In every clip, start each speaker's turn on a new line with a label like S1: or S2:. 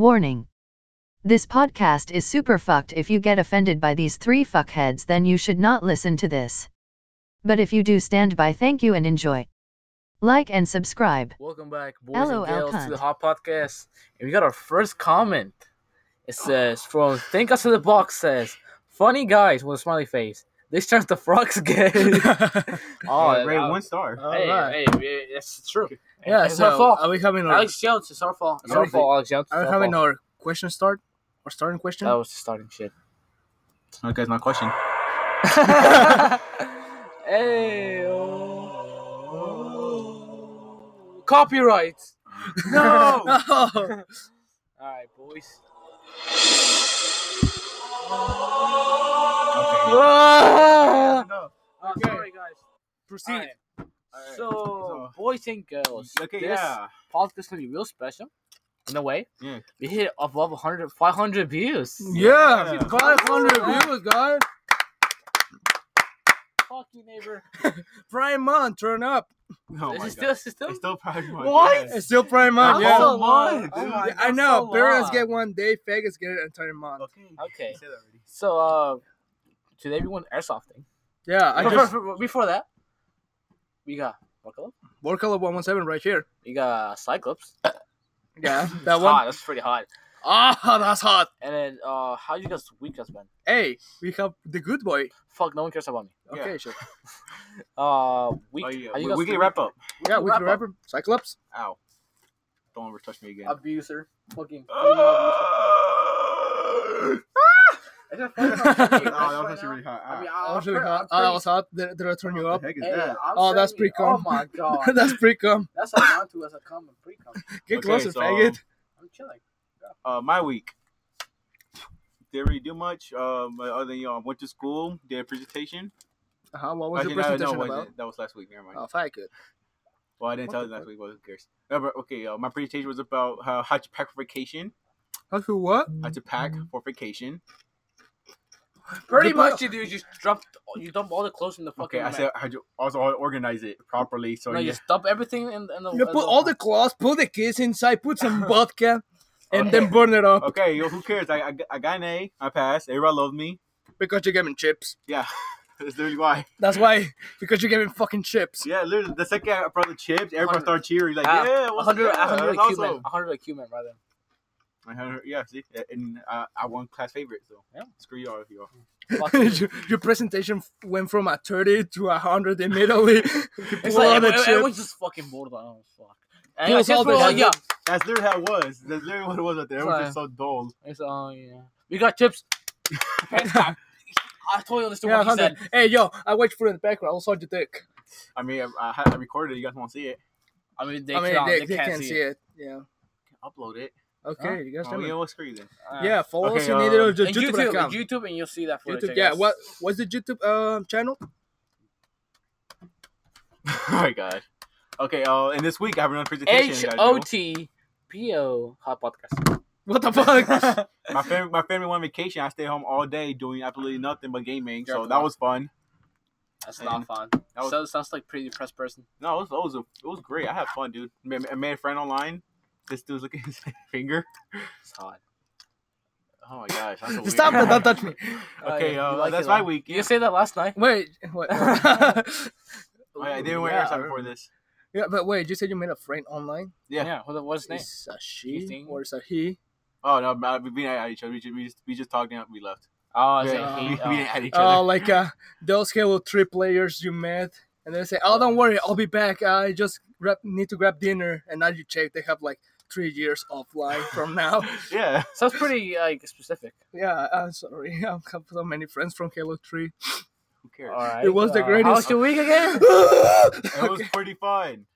S1: Warning. This podcast is super fucked. If you get offended by these three fuckheads, then you should not listen to this. But if you do stand by, thank you and enjoy. Like and subscribe.
S2: Welcome back, boys
S1: LOL
S2: and girls, to the
S1: cunt.
S2: Hot Podcast. And we got our first comment. It says, from Think Us in the Box says, Funny guys with a smiley face. This turns the frogs gay.
S3: Oh,
S2: oh,
S3: rate
S2: that-
S3: one star.
S2: Hey,
S4: Alright.
S2: hey, yeah, that's true.
S4: Yeah,
S2: it's
S4: so
S2: our fault.
S4: Are we having our
S2: Alex Jones, it's our fault. It's our
S4: Alright.
S2: fault, Alex Jones. It's
S4: are we
S2: our
S4: having
S2: fault. Oh.
S4: our question start or starting question?
S2: That was the starting shit.
S3: Okay, it's my question.
S2: hey, oh. Copyright.
S4: no.
S2: Alright, boys.
S3: Okay.
S2: Ah!
S3: No.
S2: Oh,
S4: Okay.
S2: sorry, guys.
S4: Proceed.
S2: Alright.
S3: Alright.
S2: So,
S3: So-
S2: boys and girls,
S3: Okay,
S2: this
S3: yeah.
S2: podcast is gonna be real special. In a way,
S3: Yeah.
S2: we hit above 100, 500 views.
S4: Yeah,
S3: Yeah.
S4: 500 views, guys.
S2: Fuck you, neighbor.
S4: Prime month, turn up.
S3: Oh
S2: this
S3: my
S2: is
S3: God.
S2: still system.
S3: It's still Pride Month.
S2: What?
S3: yes.
S4: It's still prime
S2: That's
S4: month,
S3: yeah.
S2: so
S3: Oh,
S4: yeah.
S2: long,
S3: dude.
S2: oh my-
S3: Yeah,
S4: I
S2: that's
S4: know.
S2: so
S4: Paris
S2: long.
S4: get one day, Vegas get an entire month.
S2: Okay.
S3: You said that already.
S2: So, uh, today we went airsofting.
S4: Yeah, I
S2: But
S4: just
S2: for- for- before that, we got Buckle.
S4: World Color 117 right here.
S2: We got Cyclops.
S4: Yeah,
S2: That's
S4: that one.
S2: hot. That's pretty hot.
S4: Ah, that's hot.
S2: And then, uh, how you guys' week has been?
S4: Hey, we have the good boy.
S2: Fuck, no one cares about me.
S3: Yeah.
S4: Okay, sure.
S2: Uh, week.
S3: Oh, yeah.
S2: how you
S3: We,
S2: guys'
S3: we can
S2: week-
S3: wrap up.
S4: Yeah, we
S2: wrap
S4: can wrap up. Cyclops.
S3: Ow. Don't ever touch me again.
S2: abuser. Fucking.
S3: Oh,
S2: I just
S4: fucking like-
S3: that was actually really hot.
S2: I mean,
S3: Ow.
S2: I-
S4: That
S2: I'm
S4: was really
S2: pretty-
S4: hot.
S2: I'm
S4: Ah, that was hot. Did, did I turn you
S3: What
S4: up?
S3: the heck is
S2: pretty- Hey,
S3: that?
S2: I'm
S4: Oh, that's
S2: telling
S4: pretty
S2: you,
S4: calm.
S2: Oh my god,
S4: that's pretty calm.
S2: that's what amount to as a common pre cum.
S4: Get
S3: Okay,
S4: closer,
S3: so-
S4: faggot.
S2: I'm chilling.
S3: Uh, my week. Didn't really do much. Um, other than you know, I went to school, did a presentation.
S4: Uh-huh. What was your
S3: Actually, no, no,
S4: presentation
S3: it wasn't.
S4: about?
S3: That was last week. Never mind.
S4: Oh, faggot.
S3: Well, I didn't
S4: What
S3: tell
S4: the
S3: you last week, but who cares? No, but, okay, uh, my presentation was about how, how to pack for vacation.
S4: How to what?
S3: How to pack
S4: Mm-hmm.
S3: for vacation.
S2: Pretty
S4: Goodbye.
S2: much, you do. You just dump. You dump all the clothes in the fucking.
S3: Okay, I
S2: mat.
S3: said how to also how to organize it properly. So
S2: no, you
S3: yeah,
S2: just dump everything in, in the.
S4: You
S2: in
S4: put all the clothes, put the kids inside, put some vodka, and then
S3: Okay.
S4: burn it up
S3: okay, yo, who cares? I, I, I got an A. I passed. Everybody loved me.
S4: because you gave him chips.
S3: Yeah, that's literally why.
S4: That's why, because you gave him fucking chips.
S3: Yeah, literally the second I brought the chips, everybody
S2: Hundred.
S3: started cheering. Like
S2: Ah,
S3: yeah, what's
S2: 100,
S3: yeah,
S2: 100
S3: that's
S2: Cuban,
S3: awesome."
S2: 100 Cuban, rather.
S3: I had- Yeah, see, and uh, I won class favorite. So
S2: Yeah.
S3: screw y'all if y'all.
S2: Fuck you.
S4: your, your presentation went from a 30 to a 100 immediately. you
S2: It's like,
S4: pull out a
S2: everyone-
S4: chip.
S2: everyone's just fucking bored. Like, oh fuck.
S4: He
S2: And
S4: was
S2: it's just
S4: all the-
S2: we're like, yeah.
S3: That's literally how it was. That's literally what it was out there. It was
S2: Sorry.
S3: just so dull.
S2: It's oh yeah. We got chips. Parents got- I totally understood
S4: Yeah,
S2: what he said.
S4: 100. Hey, yo, I wait for you in the background. I'll sort your dick.
S3: I mean, I, I, had- I recorded it. You guys want to see it?
S2: I mean, they,
S4: I mean,
S2: can't,
S4: they,
S2: they, can't, see, it.
S4: Yeah.
S3: Upload it.
S4: Okay, you guys
S3: Oh,
S4: done
S3: you
S4: it.
S3: know what's crazy?
S2: Uh,
S4: Yeah, follow us
S3: Okay,
S4: on
S3: uh,
S4: either
S2: and
S4: just
S2: YouTube,
S4: YouTube.com. YouTube,
S2: and YouTube, and you'll see that footage. I
S4: yeah.
S2: guess.
S4: What, what's the YouTube um, channel?
S3: oh my god. Okay. Uh, and this week I have another presentation.
S2: H
S3: you gotta do.
S2: O T P O Hot Podcast.
S4: What the fuck?
S3: my family, my family went on vacation. I stayed home all day doing absolutely nothing but gaming.
S2: You're
S3: So
S2: up
S3: that
S2: to
S3: was fun.
S2: That's
S3: And
S2: not fun.
S3: that was-
S2: Sounds- sounds like pretty depressed person.
S3: No, it was it was, a, it was great. I had fun, dude. Ma- I made a friend online. This dude's looking at his finger.
S2: It's hot.
S3: Oh my gosh, that's so weird.
S4: Stop it. Don't touch me.
S3: Okay,
S2: yeah,
S3: uh,
S2: you like
S3: that's
S2: it,
S3: my
S2: huh?
S3: week.
S2: You say that last night.
S4: Wait. What?
S3: Oh, yeah, I didn't wear
S4: Yeah,
S3: airside
S4: I
S3: before
S4: remember.
S3: this.
S4: Yeah, but wait, you said you made a friend online?
S3: Yeah.
S2: What, what's his name?
S4: Is a she
S2: think?
S4: or is a he?
S3: Oh no, but we didn't at each other. We just we just, we just talked and we left.
S2: Oh,
S3: we,
S2: is
S4: Yeah.
S2: it
S3: we,
S2: he?
S3: we didn't at each
S4: Oh,
S3: other.
S4: like uh, those Halo 3 players you met, and they say, Oh, don't worry, I'll be back. I just grab, need to grab dinner. And now you check, they have like three years offline from now.
S3: Yeah.
S2: Oh. Sounds pretty like specific.
S4: yeah, I'm sorry. I have so many friends from Halo 3.
S3: Who cares?
S2: All right.
S4: It was the greatest-
S2: uh, How was your week again?
S3: It was pretty fun.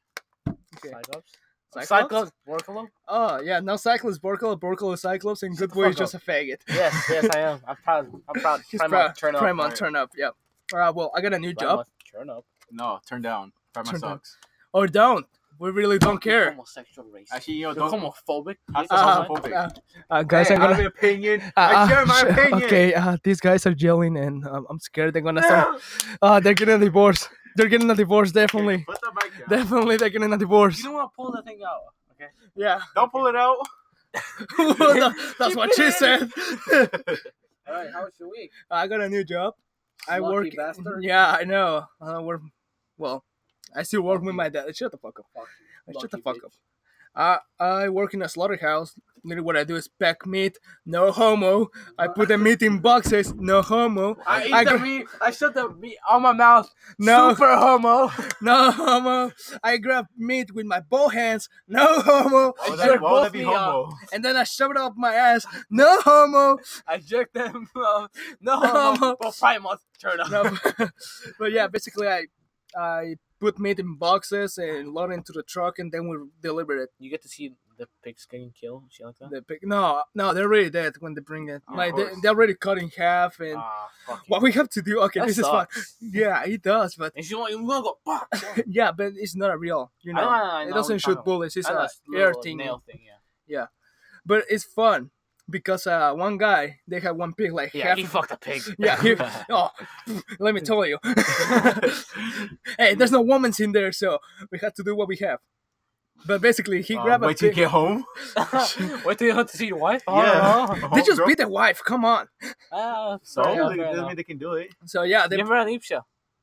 S2: Cyclops.
S4: Cyclops?
S2: Cyclops. Workalo.
S4: oh, yeah, now Cyclops, Borkle, Borkle is Cyclops, and Good
S2: the
S4: Boy is
S2: fuck
S4: just a faggot.
S2: Yes, yes, I am. I'm proud. I'm proud.
S4: He's
S2: Prime
S4: proud.
S2: up, turn up.
S4: Prime on,
S3: right.
S4: turn up, yeah. Uh, well, I got a new
S2: Prime
S4: job.
S2: up, turn up.
S3: No, turn down. Try my
S4: Turn down.
S3: socks.
S4: Or don't. We really don't
S2: You're
S4: care.
S2: Homosexual race.
S3: Actually, you know,
S2: You're
S3: don't.
S2: homophobic.
S3: I said
S4: Uh,
S3: homophobic.
S4: uh, uh, guys,
S3: Hey,
S4: I'm
S3: I
S4: gonna.
S3: have an opinion.
S4: Uh,
S3: I share
S4: uh,
S3: my
S4: sh-
S3: opinion.
S4: Okay, uh, these guys are yelling, and um, I'm scared they're gonna start. uh, they're getting a divorce. They're getting a divorce, definitely.
S3: Put the mic down.
S4: Definitely, they're getting a
S2: You
S4: divorce.
S2: don't want to pull that thing out. Okay.
S4: Yeah.
S3: Don't pull it out.
S4: Well, tha- that's what she said.
S5: All right, how was your week?
S4: I got a new job. I
S5: Lucky
S4: work.
S5: bastard.
S4: Yeah, I know. I work. Well, I still work with my dad. Shut the fuck up.
S5: Fuck
S4: Shut
S5: Lucky
S4: the fuck
S5: bitch.
S4: up. I I work in a slaughterhouse. Literally, what I do is pack meat. No homo. I put the meat in boxes. No homo.
S5: I ate
S4: I
S5: the
S4: gra-
S5: meat. I shut the meat on my mouth.
S4: No.
S5: Super
S3: Oh,
S5: homo.
S4: No homo. I grab meat with my both hands. No homo.
S3: Why
S5: I
S3: would that, why would that
S5: jerked
S3: be
S5: both me
S3: homo?
S4: And then I shove it up my ass. No homo.
S5: I jerked them. Uh, no homo. But Prime turn up.
S4: no, but, but yeah, basically I I put meat in boxes and load it into the truck and then we deliver it.
S2: You get to see the pigs getting killed, shit like that.
S4: The pig. No, no, they're already dead when they bring it.
S3: Oh, Of
S4: like they,
S3: course.
S4: they're already cut in half and
S2: Ah, fuck.
S4: what we have to do. Okay,
S2: That
S4: this
S2: sucks.
S4: is fun. Yeah, it does, but
S2: And she want you wanna go fuck. I
S4: yeah, but it's not a real. You know,
S2: know, I know,
S4: it doesn't
S2: we
S4: shoot
S2: kinda-
S4: bullets. It's
S2: know,
S4: a
S2: it's
S4: air
S2: little
S4: thing.
S2: Nail thing, yeah.
S4: But it's fun because uh, one guy they had one pig like
S2: Yeah,
S4: half.
S2: he fucked a pig.
S4: yeah, he, oh, let me tell you. hey, there's no woman's in there, so we had to do what we have. But basically, he
S3: Uh,
S4: grabbed a
S3: wait till you
S4: pig.
S3: get home.
S2: Wait till you have to see your wife.
S3: Yeah.
S4: They just
S3: Homegirl.
S4: beat the wife. Come on.
S2: Ah,
S3: So
S2: sorry.
S3: they-
S2: fair
S3: doesn't
S2: enough.
S3: mean they can do it.
S4: So yeah,
S2: You
S4: they
S2: ever had an Ipsha?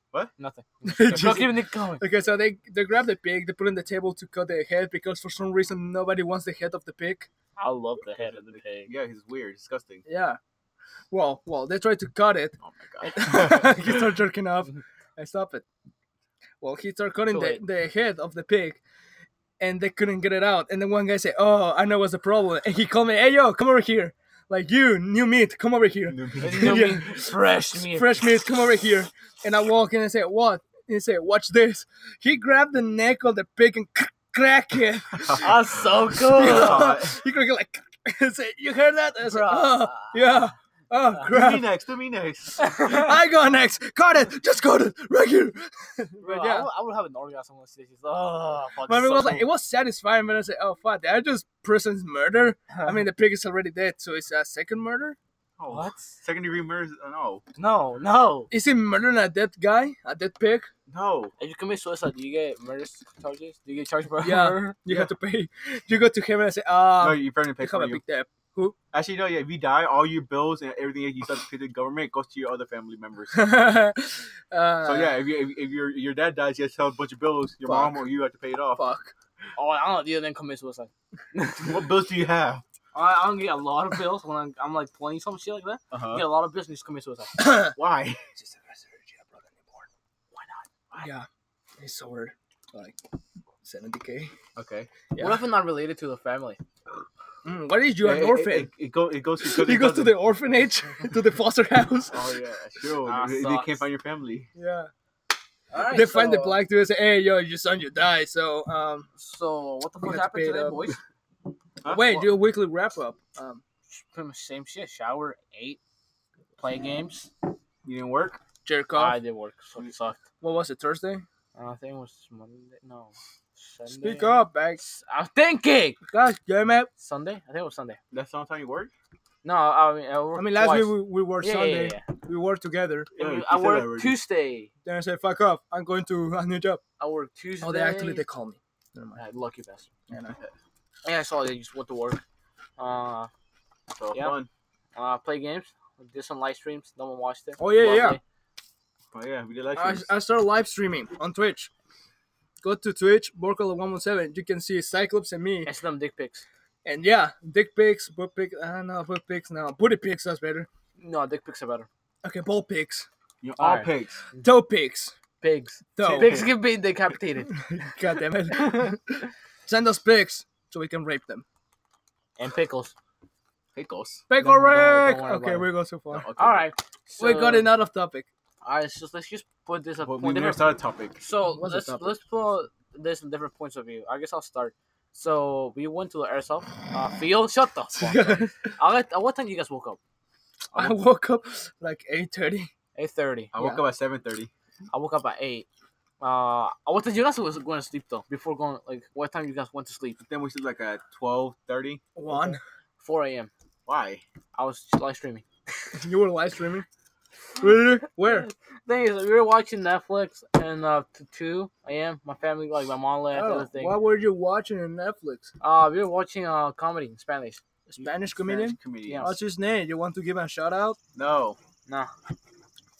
S3: What?
S2: Nothing.
S4: just-
S2: Don't keep it going.
S4: okay. So they they grab the pig. They put it on the table to cut the head because for some reason nobody wants the head of the pig.
S2: I love the head of the pig.
S3: Yeah, he's weird, disgusting.
S4: Yeah. Well, well, they tried to cut it.
S3: Oh my god.
S4: he started jerking off. I stop it. Well, he started cutting
S2: Too
S4: the,
S2: late.
S4: the head of the pig, and they couldn't get it out. And then one guy said, "Oh, I know what's the problem." And he called me, "Hey, yo, come over here! Like you, new meat, come over here.
S2: It's gonna
S4: Yeah.
S2: be fresh meat.
S4: Fresh meat, come over here." And I walk in and say, "What?" And he said, "Watch this." He grabbed the neck of the pig and crack it.
S2: That's so good.
S3: God.
S4: he cracked it like and said, "You heard that?" And I said,
S2: Bruh.
S4: "Oh, yeah. Oh,
S3: do
S4: crap."
S3: me next. Do me next.
S4: I go next. Got it. Just got it. Right here.
S2: Bro,
S4: yeah.
S2: I, would, I would have an orgasm when I see this. Oh, fuck.
S4: But I
S2: this
S4: mean, it was
S2: so
S4: like it was satisfying. But I said, "Oh fuck, did I just person's murder? I mean, the pig is already dead, so it's a second murder.
S3: Oh,
S2: what?
S3: Second degree murder? is- uh, No,
S2: No, no.
S4: Is he murdering a dead guy, a dead pig?
S3: no.
S2: If you commit suicide, do you get murder charges? Do you get charged for
S4: Yeah.
S2: murder?
S4: You
S3: Yeah.
S4: have to pay. You go to him and say, "Ah,
S3: no,
S4: you
S3: your family pays
S4: become
S3: for
S4: a
S3: you.
S4: big debt."
S3: Actually, no. Yeah, if you die, all your bills and everything that you send to the government goes to your other family members. so
S4: uh,
S3: yeah, if, you, if, if your your dad dies, you have to have a bunch of bills. Your
S4: Fuck.
S3: mom or you have to pay it off.
S4: Fuck.
S2: Oh, I don't do then commit suicide.
S3: What bills do you have?
S2: I, I don't get a lot of bills when I'm, I'm like 20 something shit like that. I
S3: Uh-huh.
S2: get a lot of bills and just commit suicide.
S3: Why?
S4: Yeah, it's so weird. Like seventy k.
S3: Okay.
S4: Yeah.
S2: What if I'm not related to the family?
S4: Mm, what is you
S3: Yeah,
S4: an
S3: it-
S4: orphan?
S3: It, it, it, go, it goes to your
S4: He
S3: cousin-
S4: goes to the orphanage, to the foster house.
S3: Oh yeah, sure.
S2: Ah,
S3: they, they
S2: sucks.
S3: can't find your family.
S4: Yeah.
S2: All right,
S4: they find the
S2: so-
S4: black dude and say, "Hey, yo, your son, you die." So, um,
S2: So, what the
S4: We
S2: fuck
S4: got
S2: happened
S4: paid
S2: today,
S4: up.
S2: boys?
S3: Huh?
S4: wait,
S2: Well-
S4: do a weekly wrap up. Um,
S2: Pretty much same shit. Shower, ate, play games.
S3: You didn't work.
S4: jerk off.
S2: I did work. So it sucked.
S4: What was it? Thursday?
S2: And I think it was Monday. No. Sunday.
S4: Speak up, back.
S2: I'm thinking!
S4: God damn it!
S2: Sunday? I think it was Sunday.
S3: That's the only time you work.
S2: No, I mean, I, worked
S4: I mean, last
S2: twice.
S4: week we, we were
S2: Yeah, yeah,
S4: Sunday.
S2: yeah, yeah.
S4: We were together.
S2: I, mean,
S3: you
S2: I
S3: said that
S2: work
S3: already.
S2: Tuesday.
S4: Then I said, "Fuck off! I'm going to a new job."
S2: I work Tuesday.
S4: Oh, they actually they call me. Never mind.
S2: Uh, lucky bastard.
S4: I know.
S2: Yeah, I saw they just went to work. Uh,
S3: So
S2: Yeah.
S3: fun.
S2: uh, play games. Did some live streams. No one watched it.
S4: Oh, yeah, yeah,
S2: Lovely.
S3: Oh yeah, we did last
S4: I, I started live streaming on Twitch. Go to Twitch, Borkola one one seven. You can see Cyclops and me,
S2: And some dick pics.
S4: and yeah, dick pics, butt pics. I don't know, butt pics now. Booty pics, that's better.
S2: No, dick pics are better.
S4: Okay, ball pics,
S3: You're all
S2: Alright.
S3: pigs.
S4: toe pics.
S2: Pigs.
S4: Toe.
S2: Pigs can be decapitated.
S4: God damn it. Send us pics so we can rape them.
S2: and pickles.
S3: Pickles.
S4: Pickle
S2: No, no, don't
S4: Rick!
S2: worry about
S4: Okay,
S2: it. uh,
S4: we go so far.
S3: Okay.
S2: All right.
S4: we got
S2: so-
S4: another topic.
S2: All right, so let's just put this at
S3: Well, we
S2: point
S3: never
S2: different.
S3: started topic.
S2: So
S4: What's the
S2: let's
S4: topic?
S2: let's put this in different points of view. I guess I'll start. So we went to the airsoft uh, field. Shut the fuck up. I let, at what time you guys woke up?
S4: I woke up like 8.30.
S2: Eight thirty.
S3: I woke
S4: Yeah.
S3: up at seven thirty.
S2: I woke up at eight. Uh, what time you guys was going to sleep though? Before going, like, what time you guys went to sleep?
S3: Then we slept like at twelve thirty.
S4: 1.
S2: Four a.m.
S3: Why?
S2: I was live streaming.
S4: You were live streaming? Where? Where?
S2: Thing is, we were watching Netflix and uh, t- two a.m. My family, like my mom, left.
S4: Oh,
S2: everything.
S4: what were you watching on Netflix?
S2: Uh, we were watching uh comedy in Spanish.
S4: Spanish comedian?
S3: Spanish comedian.
S2: Yeah.
S4: What's his name? You want to give him a shout out?
S3: No.
S2: Nah,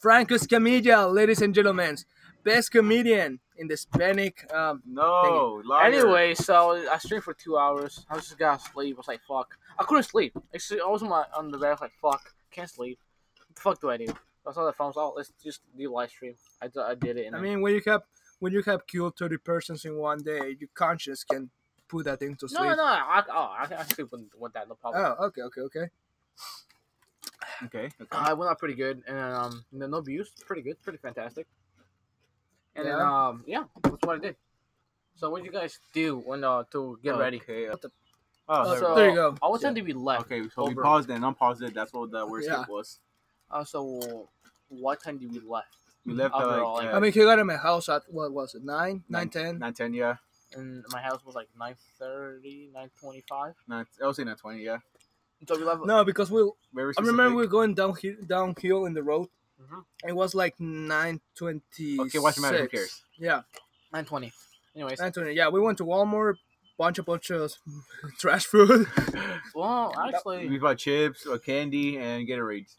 S4: Franco Escamilla, ladies and gentlemen, best comedian in the Hispanic. Um,
S3: No. Liar.
S2: Anyway, so I streamed for two hours. I was just gonna sleep. I was like, fuck. I couldn't sleep. Actually, I was on, my, on the bed. I was like, fuck. Can't sleep. What the fuck do I do? I saw the phone. I was like, oh, let's just do live stream. I, d- I did it. And
S4: I mean, when you have when you have killed thirty persons in one day, your conscience can put that thing to
S2: no,
S4: sleep.
S2: no, no. I, oh, I, I sleep with, with that. No problem.
S4: Oh, okay, okay, okay.
S3: Okay. okay.
S2: I went out pretty good, and um, no, no abuse. Pretty good. Pretty fantastic. And then,
S4: Yeah.
S2: um, yeah, that's what I did. So what did you guys do when uh to get ready?
S3: Okay. uh,
S2: What the-
S3: Oh,
S4: Uh,
S3: there
S2: so,
S3: we
S4: there you go.
S2: I was to be left.
S3: go. okay. So we
S2: over.
S3: paused and unpaused it. That's what the word
S4: Yeah.
S3: skip was.
S2: Uh, so what time did we left?
S3: We left uh,
S2: Overall,
S3: like,
S2: like-
S3: uh,
S4: I mean, he got in my house at what was it? Nine, nine,
S3: Nine-
S4: ten.
S3: nine ten. Yeah.
S2: and my house was like 9.30, 9.25.
S3: Nine. I was say nine twenty. Yeah.
S2: So we left.
S4: No, because we.
S3: Very
S4: I
S3: specific.
S4: remember we were going downhill, downhill in the road.
S2: Mhm.
S4: It was like nine twenty.
S3: Okay, what's the matter? Who cares?
S4: Yeah,
S2: 9.20. Anyways,
S4: nine twenty. Yeah, we went to Walmart, bunch of bunch of trash food.
S2: well,
S3: we
S2: actually,
S3: bought chips or candy and Gatorades.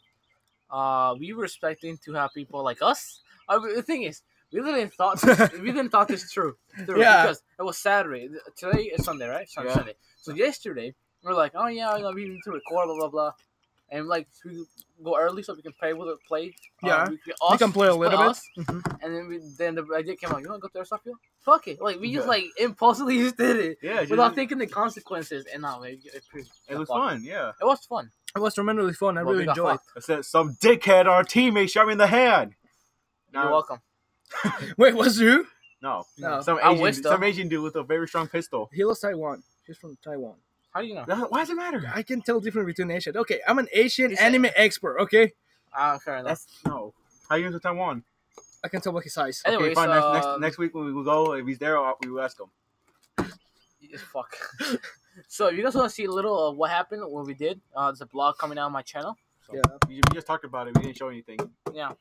S2: uh, we were expecting to have people like us. I mean, the thing is, we didn't thought this, we didn't thought this through. through
S4: Yeah.
S2: Because it was Saturday. Today is Sunday, right? Sunday.
S3: Yeah.
S2: Sunday. So yesterday, we are like, oh yeah, you know, we need to record, blah blah blah, and like we go early so we can play with it, play. Uh,
S4: Yeah.
S2: we, we,
S4: You
S2: us,
S4: can play a little bit. Mm-hmm.
S2: us, and then we, then the idea came out. You want to go to airsoft field? Fuck it! Like we just
S3: Yeah.
S2: like impulsively just did it.
S3: Yeah. Just,
S2: without thinking the consequences. And no, it, it, proved-
S3: it was
S2: fuck.
S3: fun. Yeah.
S2: It was fun.
S4: It was tremendously fun. I
S2: Well, we
S4: really
S2: got
S4: enjoyed.
S2: fucked.
S3: I said some dickhead our teammate shot me in the hand.
S2: You're welcome.
S4: it. Wait, was you?
S3: No.
S4: No.
S3: Some
S2: I
S3: Asian,
S2: wish, though.
S3: some Asian dude with a very strong pistol.
S4: He was Taiwan. He's from Taiwan.
S2: How do you know?
S3: That- why does it matter?
S4: I can tell different between Asian. Okay, I'm an Asian
S2: He's a-
S4: anime expert. Okay,
S2: Ah, fair enough.
S3: That's no. How you into Taiwan?
S4: I can tell by his eyes.
S2: Anyways,
S3: okay, fine. next,
S2: um,
S3: next, next week when we go, if he's there, I'll- we will ask him.
S2: Yeah, Fuck. so if you guys want to see a little of what happened, what we did, uh, there's a blog coming out on my channel.
S4: Yeah.
S3: We, we just talked about it. We didn't show anything.
S2: Yeah.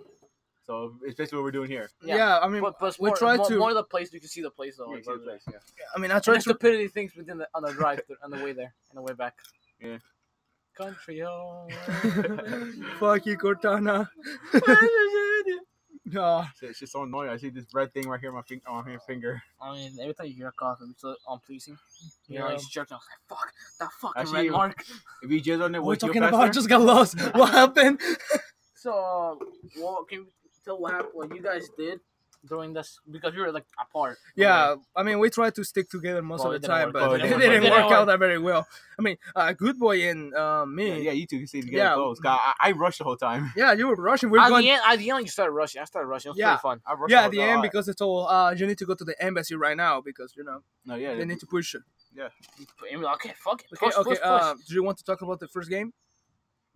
S3: So it's basically what we're doing here.
S4: yeah, I mean,
S2: But, but it's
S4: we
S2: more,
S4: tried
S2: more,
S4: to-
S2: more of the place you can see the place though.
S3: Yeah,
S2: like,
S3: exactly,
S2: over there.
S3: yeah.
S4: I mean, I
S2: And
S4: tried
S2: the
S4: to.
S2: stupidity things we did on the- on the drive th- on the way there and the way back.
S3: Yeah.
S2: Country home.
S4: Fuck you, Cortana. No,
S3: It's, it's just so annoying. I see this red thing right here on my, fing- on my finger.
S2: I mean, every time you hear a cough, it's so unpleasing. You know,
S4: Yeah.
S2: like, it's jerking. I was like, fuck, that fucking
S3: Actually,
S2: red mark.
S3: If you jizz on it,
S4: we're
S3: would you
S4: talking
S3: faster?
S4: about. I just got lost. What happened?
S2: So, uh, what can you tell what happened? What you guys did during this? Because you were like apart.
S4: Yeah, I mean, we tried to stick together most
S2: Well,
S4: of
S2: it
S4: the
S2: didn't work.
S4: time, but
S3: Well,
S4: it
S3: it
S4: didn't,
S3: didn't work.
S2: It
S4: work
S2: didn't
S4: out that very well. I mean, uh, good boy and uh,
S3: Yeah,
S4: me.
S3: yeah,
S4: Yeah,
S3: you two can stay together
S4: Yeah.
S3: close. God, I, I rushed the whole time.
S4: you were rushing. We
S2: We're
S4: were
S2: at
S4: going.
S2: the end, at the end, you started rushing. I started rushing. It was
S4: Yeah.
S2: pretty fun.
S3: I rushed the
S4: yeah, at
S3: whole
S4: the end
S3: time.
S4: because they told uh, you need to go to the embassy right now because you know
S3: No, yeah.
S4: they need to push it.
S2: But, I mean, okay, fuck it.
S4: Okay,
S2: Push,
S4: okay.
S2: push, push.
S4: Uh, do you want to talk about the first game?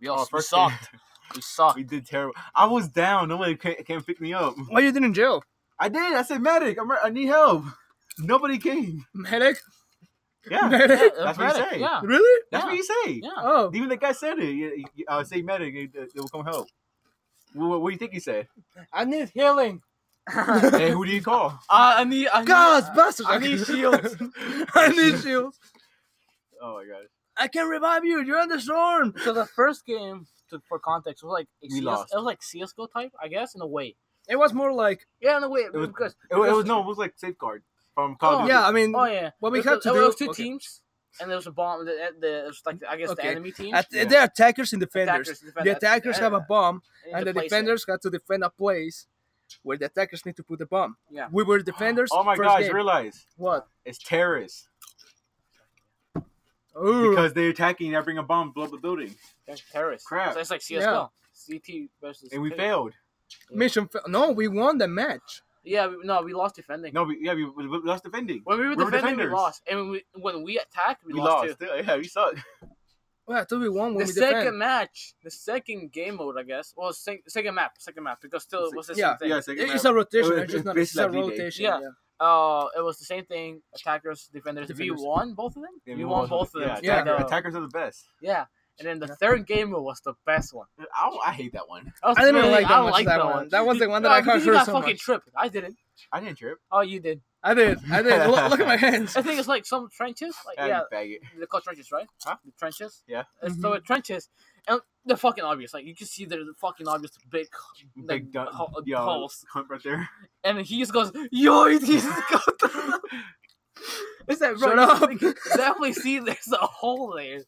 S2: we all
S3: oh,
S2: we
S3: first
S2: sucked. we sucked.
S3: We did terrible. I was down. Nobody can, can pick me up.
S4: Why Oh, you didn't jail?
S3: I did. I said, medic, I'm, I need help. Nobody came.
S4: Medic?
S3: Yeah,
S4: Medic?
S3: That's what you
S2: pathetic,
S3: say.
S2: Yeah.
S4: Really?
S3: that's what you say.
S2: Yeah.
S4: Oh,
S3: Even the guy said it. You, you, uh, say medic, it, it will come help. What, what, do you think he said?
S4: I need healing.
S3: hey, who do you call?
S2: I, I need. I uh, need
S4: God, bastards!
S2: I need shields.
S4: I need shields.
S3: Oh my god.
S4: I can revive you. You're in the storm.
S2: So the first game, to, for context, was like a
S3: We
S2: CS,
S3: lost.
S2: It was like CS:GO type, I guess, in a way.
S4: It was more like
S2: Yeah, in a way,
S3: was-
S2: because
S3: It, wa- it was no, it was like safeguard from Call
S2: Oh,
S3: of Duty.
S4: yeah. I mean,
S2: Oh yeah.
S4: What we
S2: It was-
S4: had to
S2: it was
S4: do-
S2: two
S4: okay.
S2: teams, and there was a bomb. The, the it was like I guess
S4: Okay.
S2: the enemy team.
S4: at-
S3: Yeah.
S4: they're attackers and defenders.
S2: Attackers, defend-
S4: the attackers have a bomb,
S2: and
S4: and the
S2: place it.
S4: defenders got to defend a place where the attackers need to put the bomb.
S2: Yeah.
S4: We were defenders.
S3: Oh my
S4: first
S3: gosh,
S4: game.
S3: realize
S4: What?
S3: it's terrorists
S4: Oh,
S3: because they're attacking. I bring a bomb, blow up the building,
S2: They're terrorists.
S3: Crap.
S2: So it's like CS:GO. CT versus.
S3: and we
S2: P.
S3: failed.
S4: mission. Fa- no, we won the match.
S2: Yeah, we, no, we lost defending.
S3: No, we, yeah, we, we lost defending.
S2: When we were
S3: we were
S2: defending, we
S3: defenders.
S2: lost, and when we, when we attacked, we,
S3: We
S2: lost,
S3: lost.
S2: too.
S3: Yeah, we suck.
S4: Well, I thought we won
S2: the
S4: when we
S2: second
S4: defend.
S2: match, the second game mode, I guess, well, sec- second map, second map, because still it was the
S4: Yeah.
S2: same thing.
S3: Yeah, second
S4: It- it's
S3: round.
S4: a rotation.
S3: It-
S4: It's just
S3: it-
S4: not. It's
S3: basically
S4: a
S3: like D-Day.
S4: rotation.
S2: Yeah.
S4: yeah.
S2: Uh, it was the same thing. Attackers, defenders.
S4: Defenders.
S2: We won both of them.
S3: Yeah,
S2: we won both of them.
S3: Yeah,
S2: Yeah,
S3: attacker-
S2: yeah.
S3: attackers are the best.
S2: And then the third game was the best one.
S3: I, I hate that one.
S2: I, was
S4: I didn't
S2: really-
S4: like that
S2: I
S4: much.
S2: liked
S4: that,
S2: that
S4: one. That was the one that I
S2: because
S4: got
S2: you
S4: hurt
S2: got
S4: so
S2: fucking
S4: much.
S2: tripped. I didn't.
S3: I didn't trip.
S2: Oh, you did.
S4: I did. I did. Look, look at my hands.
S2: I think it's like some trenches. Like
S3: Ah, you
S2: yeah,
S3: faggot.
S2: they're called trenches, right?
S3: Huh?
S2: The trenches.
S3: Yeah.
S4: Mm-hmm.
S2: It's the trenches, and they're fucking obvious. Like you can see they're the fucking obvious big, like,
S3: Big dun-
S2: ho-
S3: yo,
S2: holes.
S3: cunt right there.
S2: And he just goes, "Yo, he just goes." it's that bro?
S4: Shut
S2: you
S4: up.
S2: can Definitely see there's a hole there.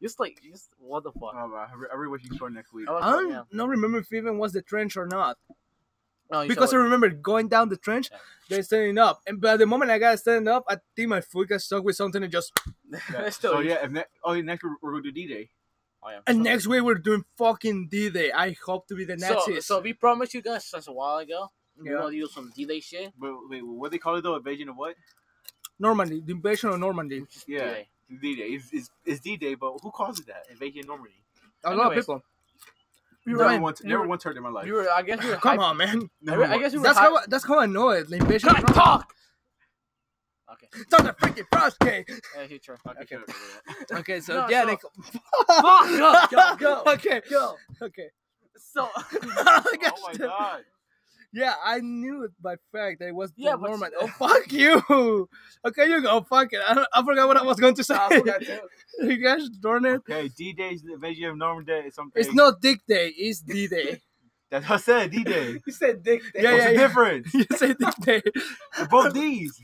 S2: Just like, just what the fuck?
S3: Oh, wow. I re- I really wish you could go next week.
S2: I was
S4: I
S2: like, yeah.
S4: don't not remember if even was the trench or not.
S2: No, you
S4: because I
S2: showed it.
S4: remember going down the trench,
S2: Yeah.
S4: they standing up, and by the moment I got standing up, I think my foot got stuck with something and just.
S3: Yeah.
S2: still
S3: so
S2: is.
S3: yeah, if ne- oh yeah, next we're, we're gonna do D-Day.
S2: Oh, yeah.
S4: And
S2: So-
S4: next week we're doing fucking D Day. I hope to be the
S2: So,
S4: Nazis.
S2: so we promised you guys since a while ago. We're
S4: Yeah.
S2: gonna do some delay shit.
S3: But wait, what they call it though? Invasion of what?
S4: Normandy, the invasion of Normandy.
S2: Just
S3: Yeah.
S2: delay.
S3: D-Day. It's, it's, it's D-Day, but who calls it that? Invasion of Normandy.
S4: A lot of
S2: Anyways.
S4: people.
S2: You
S3: never
S2: were-
S3: once,
S2: you
S3: never
S2: were-
S3: once heard in my life.
S2: You were, I guess you were.
S4: Come
S2: hyped-
S4: on, man.
S3: never
S2: I guess
S3: once.
S2: you were.
S4: That's
S2: hyped-
S4: how I- that's how I know it. The invasion.
S2: Can I
S4: of Normandy.
S2: talk? Okay.
S4: Stop the freaking frost cake.
S2: Yeah, you sure.
S3: Okay, shut up, shut up, shut up.
S4: Okay, so
S2: No,
S4: yeah,
S2: so-
S4: they.
S2: Fuck! Go, go, go.
S4: Okay.
S2: go.
S4: Okay.
S2: So
S4: Gosh,
S3: Oh my god.
S4: Yeah, I knew it by fact that it was
S2: Yeah,
S4: yeah,
S2: but-
S4: Norman. Oh fuck you! Okay, you go fuck it. I, don't- I forgot what I was going to say. you guys darn it!
S3: Okay, D-Day's the Invasion of Normandy is something.
S4: It's not Dick Day. It's D Day.
S3: That's what I said. D-Day.
S4: you said Dick Day. Yeah,
S3: What's
S4: yeah,
S3: the
S4: yeah.
S3: difference?
S4: you said Dick Day.
S3: They're both D's.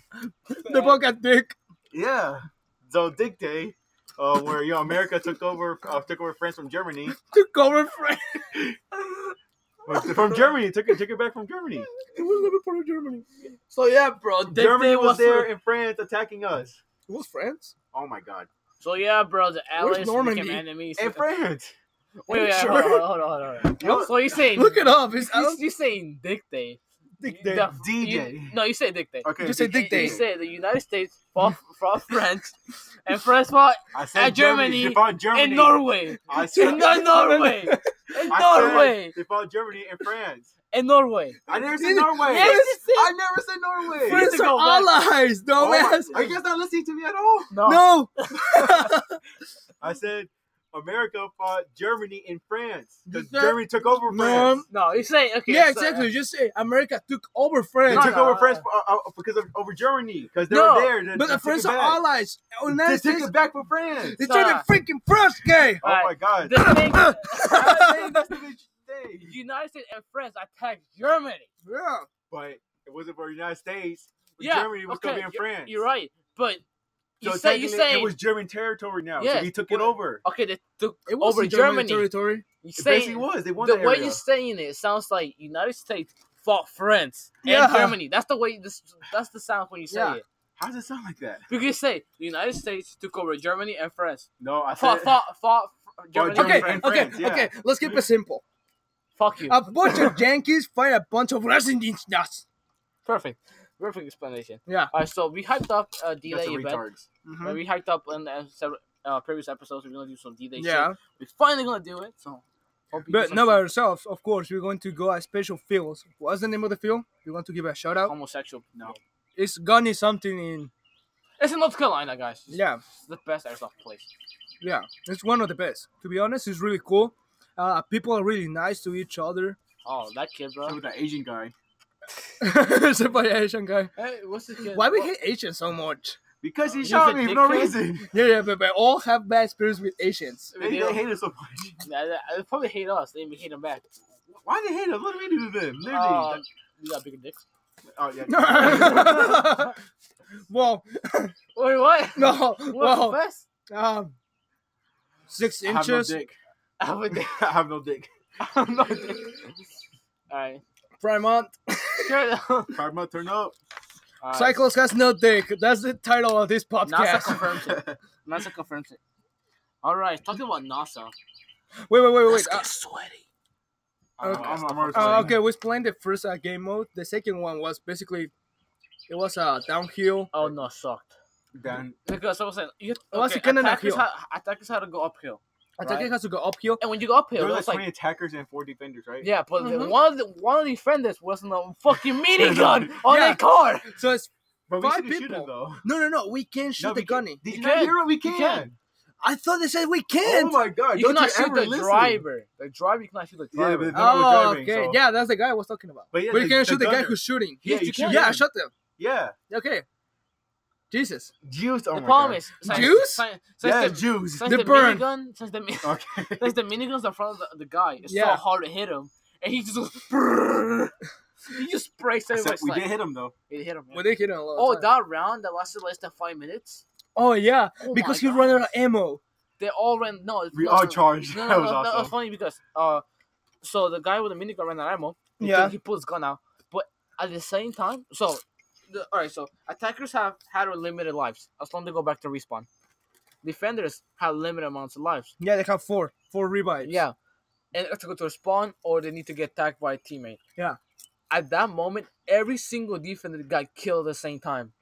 S4: the book got Dick.
S3: Yeah. So Dick Day, uh, where you know America took over uh, took over France from Germany.
S4: Took over France.
S3: Well, From Germany, took it took it back from Germany.
S4: It was never part of Germany.
S2: so yeah, bro. Dick
S3: Germany
S2: Day
S3: was there in France attacking us.
S4: It was France.
S3: Oh my god.
S2: So yeah, bro. The
S4: Where's
S2: allies
S4: Normandy?
S2: became enemies.
S3: In France.
S2: Wait,
S4: Are you
S2: wait,
S4: sure?
S2: hold on, hold on, hold on. Hold on.
S4: Yo,
S2: So you're saying
S4: Look it up. It's, I
S2: you're,
S4: don't,
S2: you're saying Dick Day?
S3: Oh. Dick
S2: The-
S3: Day. D Day.
S2: you- No, you say Dick Day.
S3: Okay.
S4: Just say
S3: D-
S4: Dick Day.
S2: You say the United States fought fought France, and France fought
S3: I
S2: Uh,
S3: said
S2: Germany
S3: Germany. They fought Germany.
S2: in Norway,
S3: I said,
S2: in Norway, in
S3: I said
S2: Norway,
S3: They fought Germany and France.
S2: in Norway.
S3: I never said
S4: Did-
S3: Norway.
S2: Yes, you said-
S3: I never said Norway.
S4: France
S2: go
S4: are allies,
S3: Oh my-
S4: dumbass.
S3: are you guys not listening to me at all?
S4: No,
S3: I said America fought Germany and France
S4: You
S3: because
S4: said-
S3: Germany took over
S4: No.
S3: France.
S2: No, you say okay.
S4: yeah,
S2: so- uh,
S4: exactly. Just say America took over
S3: They
S4: France.
S2: No,
S3: took
S2: no,
S3: over
S2: no.
S3: France uh, uh, because of over Germany because they
S2: No,
S3: were there. They,
S4: But
S3: they
S4: the
S3: took
S4: friends
S3: it
S4: are
S3: back.
S4: allies.
S3: They
S4: United
S3: took
S4: States,
S3: it back for France.
S4: they
S2: Nah.
S4: turned the freaking first game.
S3: Oh
S2: Alright.
S3: my god.
S2: The thing-
S3: I said that's the bitch
S2: the
S3: thing.
S2: United States and France attacked Germany.
S4: Yeah.
S3: But it wasn't for the United States. but
S2: Yeah,
S3: Germany was
S2: okay,
S3: still in France.
S2: You're right, but you
S3: So
S2: say you
S3: technically,
S2: say
S3: it was German territory now.
S2: Yeah.
S3: so we took it over.
S2: okay. They took
S4: It was
S2: over
S4: in German
S2: Germany.
S4: territory.
S2: You
S3: It
S2: say
S3: basically was. They won
S2: the
S3: the,
S2: way
S3: area.
S2: you're saying it sounds like United States fought France and
S4: Yeah.
S2: Germany. That's the way this. That's the sound when you say
S4: Yeah.
S2: it.
S3: How does it sound like that?
S2: You can say the United States took over Germany and France.
S3: No, I said
S2: Fought, fought, fought Germany
S3: Germany
S4: Okay,
S2: and
S3: German
S2: France.
S3: and
S4: okay,
S3: friends, yeah.
S4: okay. Let's keep it simple.
S2: Fuck you.
S4: A bunch of Yankees fight a bunch of Russians. Nuts.
S2: Perfect. Perfect explanation.
S4: Yeah.
S2: All right, so we hyped up uh,
S3: that's Mm-hmm.
S2: delay
S3: the
S2: event.
S3: retards.
S2: And we hyped up in the several, uh, previous episodes. We're gonna do some delay.
S4: Yeah,
S2: shit. we're finally gonna do it. So, hope you
S4: but
S2: do
S4: not by
S2: some
S4: ourselves, of course. We're going to go a special fields. What's the name of the field? You want to give a shout out?
S2: homosexual.
S3: No.
S4: It's Gunny something in.
S2: it's in North Carolina, guys. It's
S4: Yeah,
S2: the best airsoft place.
S4: yeah. It's one of the best. To be honest, it's really cool. Uh, people are really nice to each other.
S2: Oh, that kid,
S3: So
S2: bro.
S3: with that Asian guy.
S4: Except for the Asian guy.
S2: Hey, what's this kid?
S4: Why we
S2: What-
S4: hate Asians so much?
S3: Because he
S2: He's
S3: shot
S2: a
S3: me for no
S2: dickhead.
S3: reason.
S4: Yeah, yeah, but we all have bad experience with Asians.
S2: we
S3: They,
S2: do?
S3: they hate us so much.
S2: Nah, they- they probably hate us. They even hate them back.
S3: Why they hate us? What do we do to them? Literally.
S2: Um, you got bigger dicks.
S3: oh yeah.
S4: well,
S2: Wait, what?
S4: no,
S2: What the
S4: well,
S2: best?
S4: um, six
S3: I have no
S4: inches,
S3: dick.
S2: I have a dick.
S3: I have no dick.
S2: I have no dick. All right.
S4: prime month.
S2: Sure. All
S3: Karma, turn up.
S2: right.
S4: Cycles has no dick. That's the title of this
S2: NASA
S4: podcast.
S2: confirms it. NASA confirms it. All right, talking about NASA.
S4: Wait, wait, wait, wait. Uh,
S2: sweaty.
S3: I'm,
S4: Okay.
S3: I'm, I'm already
S4: uh,
S3: playing.
S4: okay, we playing the first uh, game mode. The second one was basically, it was a uh, downhill.
S2: Oh no, sucked.
S3: Down.
S2: Because I was saying, you,
S4: was
S2: okay,
S4: a cannon
S2: attackers,
S4: uphill.
S2: how, attackers how to go uphill,
S4: I think
S2: Right.
S4: it has to go uphill.
S2: and when you go uphill,
S3: There
S2: it
S3: were
S2: was
S3: like
S2: like,
S3: 20 attackers and four defenders, right?
S2: yeah, but the-
S4: Mhm.
S2: one of the one of the defenders was in a fucking mini gun on
S4: Yeah.
S2: their car.
S4: So it's
S3: But we
S4: Five
S3: should shoot
S4: people.
S3: them though.
S4: no, no, no. We can shoot
S3: No,
S4: the
S3: we can-
S4: gunny.
S3: Did
S2: You
S3: you not
S2: can.
S3: hear it? We
S2: You
S3: can.
S2: can.
S4: I thought they said we
S3: Oh
S4: can't.
S3: my god!
S2: You
S3: don't
S2: cannot
S3: you
S2: shoot
S3: ever
S2: the
S3: listen.
S2: driver. The driver, you cannot shoot the
S3: Yeah,
S2: driver.
S3: but then we're
S4: oh,
S3: driving,
S4: okay.
S3: so-
S4: Yeah, that's the guy I was talking about.
S3: But yeah,
S4: but
S3: the-
S4: you can't
S3: the
S4: shoot the guy
S3: gunner.
S4: who's shooting.
S2: Yeah,
S3: you
S2: you
S3: can.
S2: can.
S4: Yeah, I shot them.
S3: Yeah,
S4: Okay. Jesus.
S3: Jews. Oh
S2: the
S3: my
S2: problem
S3: God.
S2: is since,
S4: Jews?
S2: Since, since
S3: yeah,
S2: the,
S3: Jews.
S2: since
S4: They
S2: the
S4: burn.
S2: minigun, since the, mi-
S3: Okay.
S2: since the minigun's in front of the, the guy, it's so
S4: Yeah.
S2: hard to hit him, and he just goes. "Brrr." he just sprays
S3: Except
S2: everybody's
S3: we
S2: like,
S3: did hit him though.
S2: It hit him. man.
S4: Well, they hit him a lot. of
S2: Oh,
S4: times.
S2: that round that lasted less than five minutes.
S4: Oh, yeah.
S2: Oh
S4: because he
S2: my
S4: ran
S2: God.
S4: out of ammo.
S2: They all ran. No, it's-
S3: We
S2: no,
S3: all
S2: no, no.
S3: charged.
S2: No, no,
S3: That
S2: no,
S3: was
S2: no, that was
S3: awesome.
S2: funny because uh, so the guy with the minigun ran out of ammo. He
S4: Yeah.
S2: took- he pulls his gun out, but at the same time, so the, all right, so attackers have had limited lives as long as they go back to respawn. Defenders have limited amounts of lives.
S4: Yeah, they have four. Four revives.
S2: Yeah, and they have to go to respawn or they need to get attacked by a teammate.
S4: Yeah.
S2: At that moment, every single defender got killed at the same time.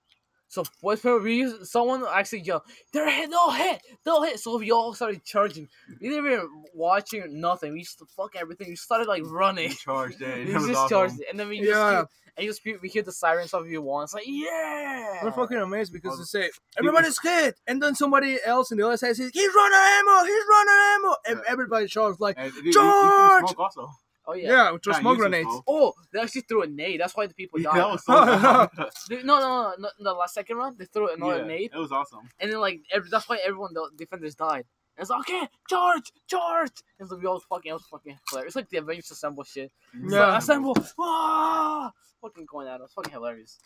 S2: So for whatever reason, someone actually yelled, "They're hit! No hit! No hit!" So we all started charging. We didn't even watching or nothing. We just fuck everything. We started like running.
S3: We charged
S2: We
S3: in. That was
S2: just
S3: awesome.
S2: charged, and then we just
S4: Yeah.
S2: hear, and you just hear- we hear the sirens of you once. Like yeah,
S4: We're fucking amazed because
S3: Oh.
S4: they say everybody's hit, and then somebody else on the other side says he's running out of ammo, he's running out of ammo, and
S3: Yeah.
S4: everybody shouts like,
S3: And you- you- you
S4: Charge!
S3: can smoke also.
S2: Oh yeah.
S4: "Yeah, with throw
S3: Nah,
S4: smoke
S3: you can
S4: grenades."
S3: smoke.
S2: Oh, they actually threw a nade. That's why the people
S3: Yeah,
S2: died.
S3: that was so awesome.
S2: They- no, no, no, no, no, The last second round, they threw another
S3: yeah,
S2: nade,
S3: It was awesome.
S2: and then like every, that's why everyone the defenders died. And it's like okay, charge, charge, and so we all fucking, it was fucking hilarious. It's like the Avengers assemble shit. It's like,
S4: Yeah.
S2: assemble, ah, fucking going at us, fucking hilarious.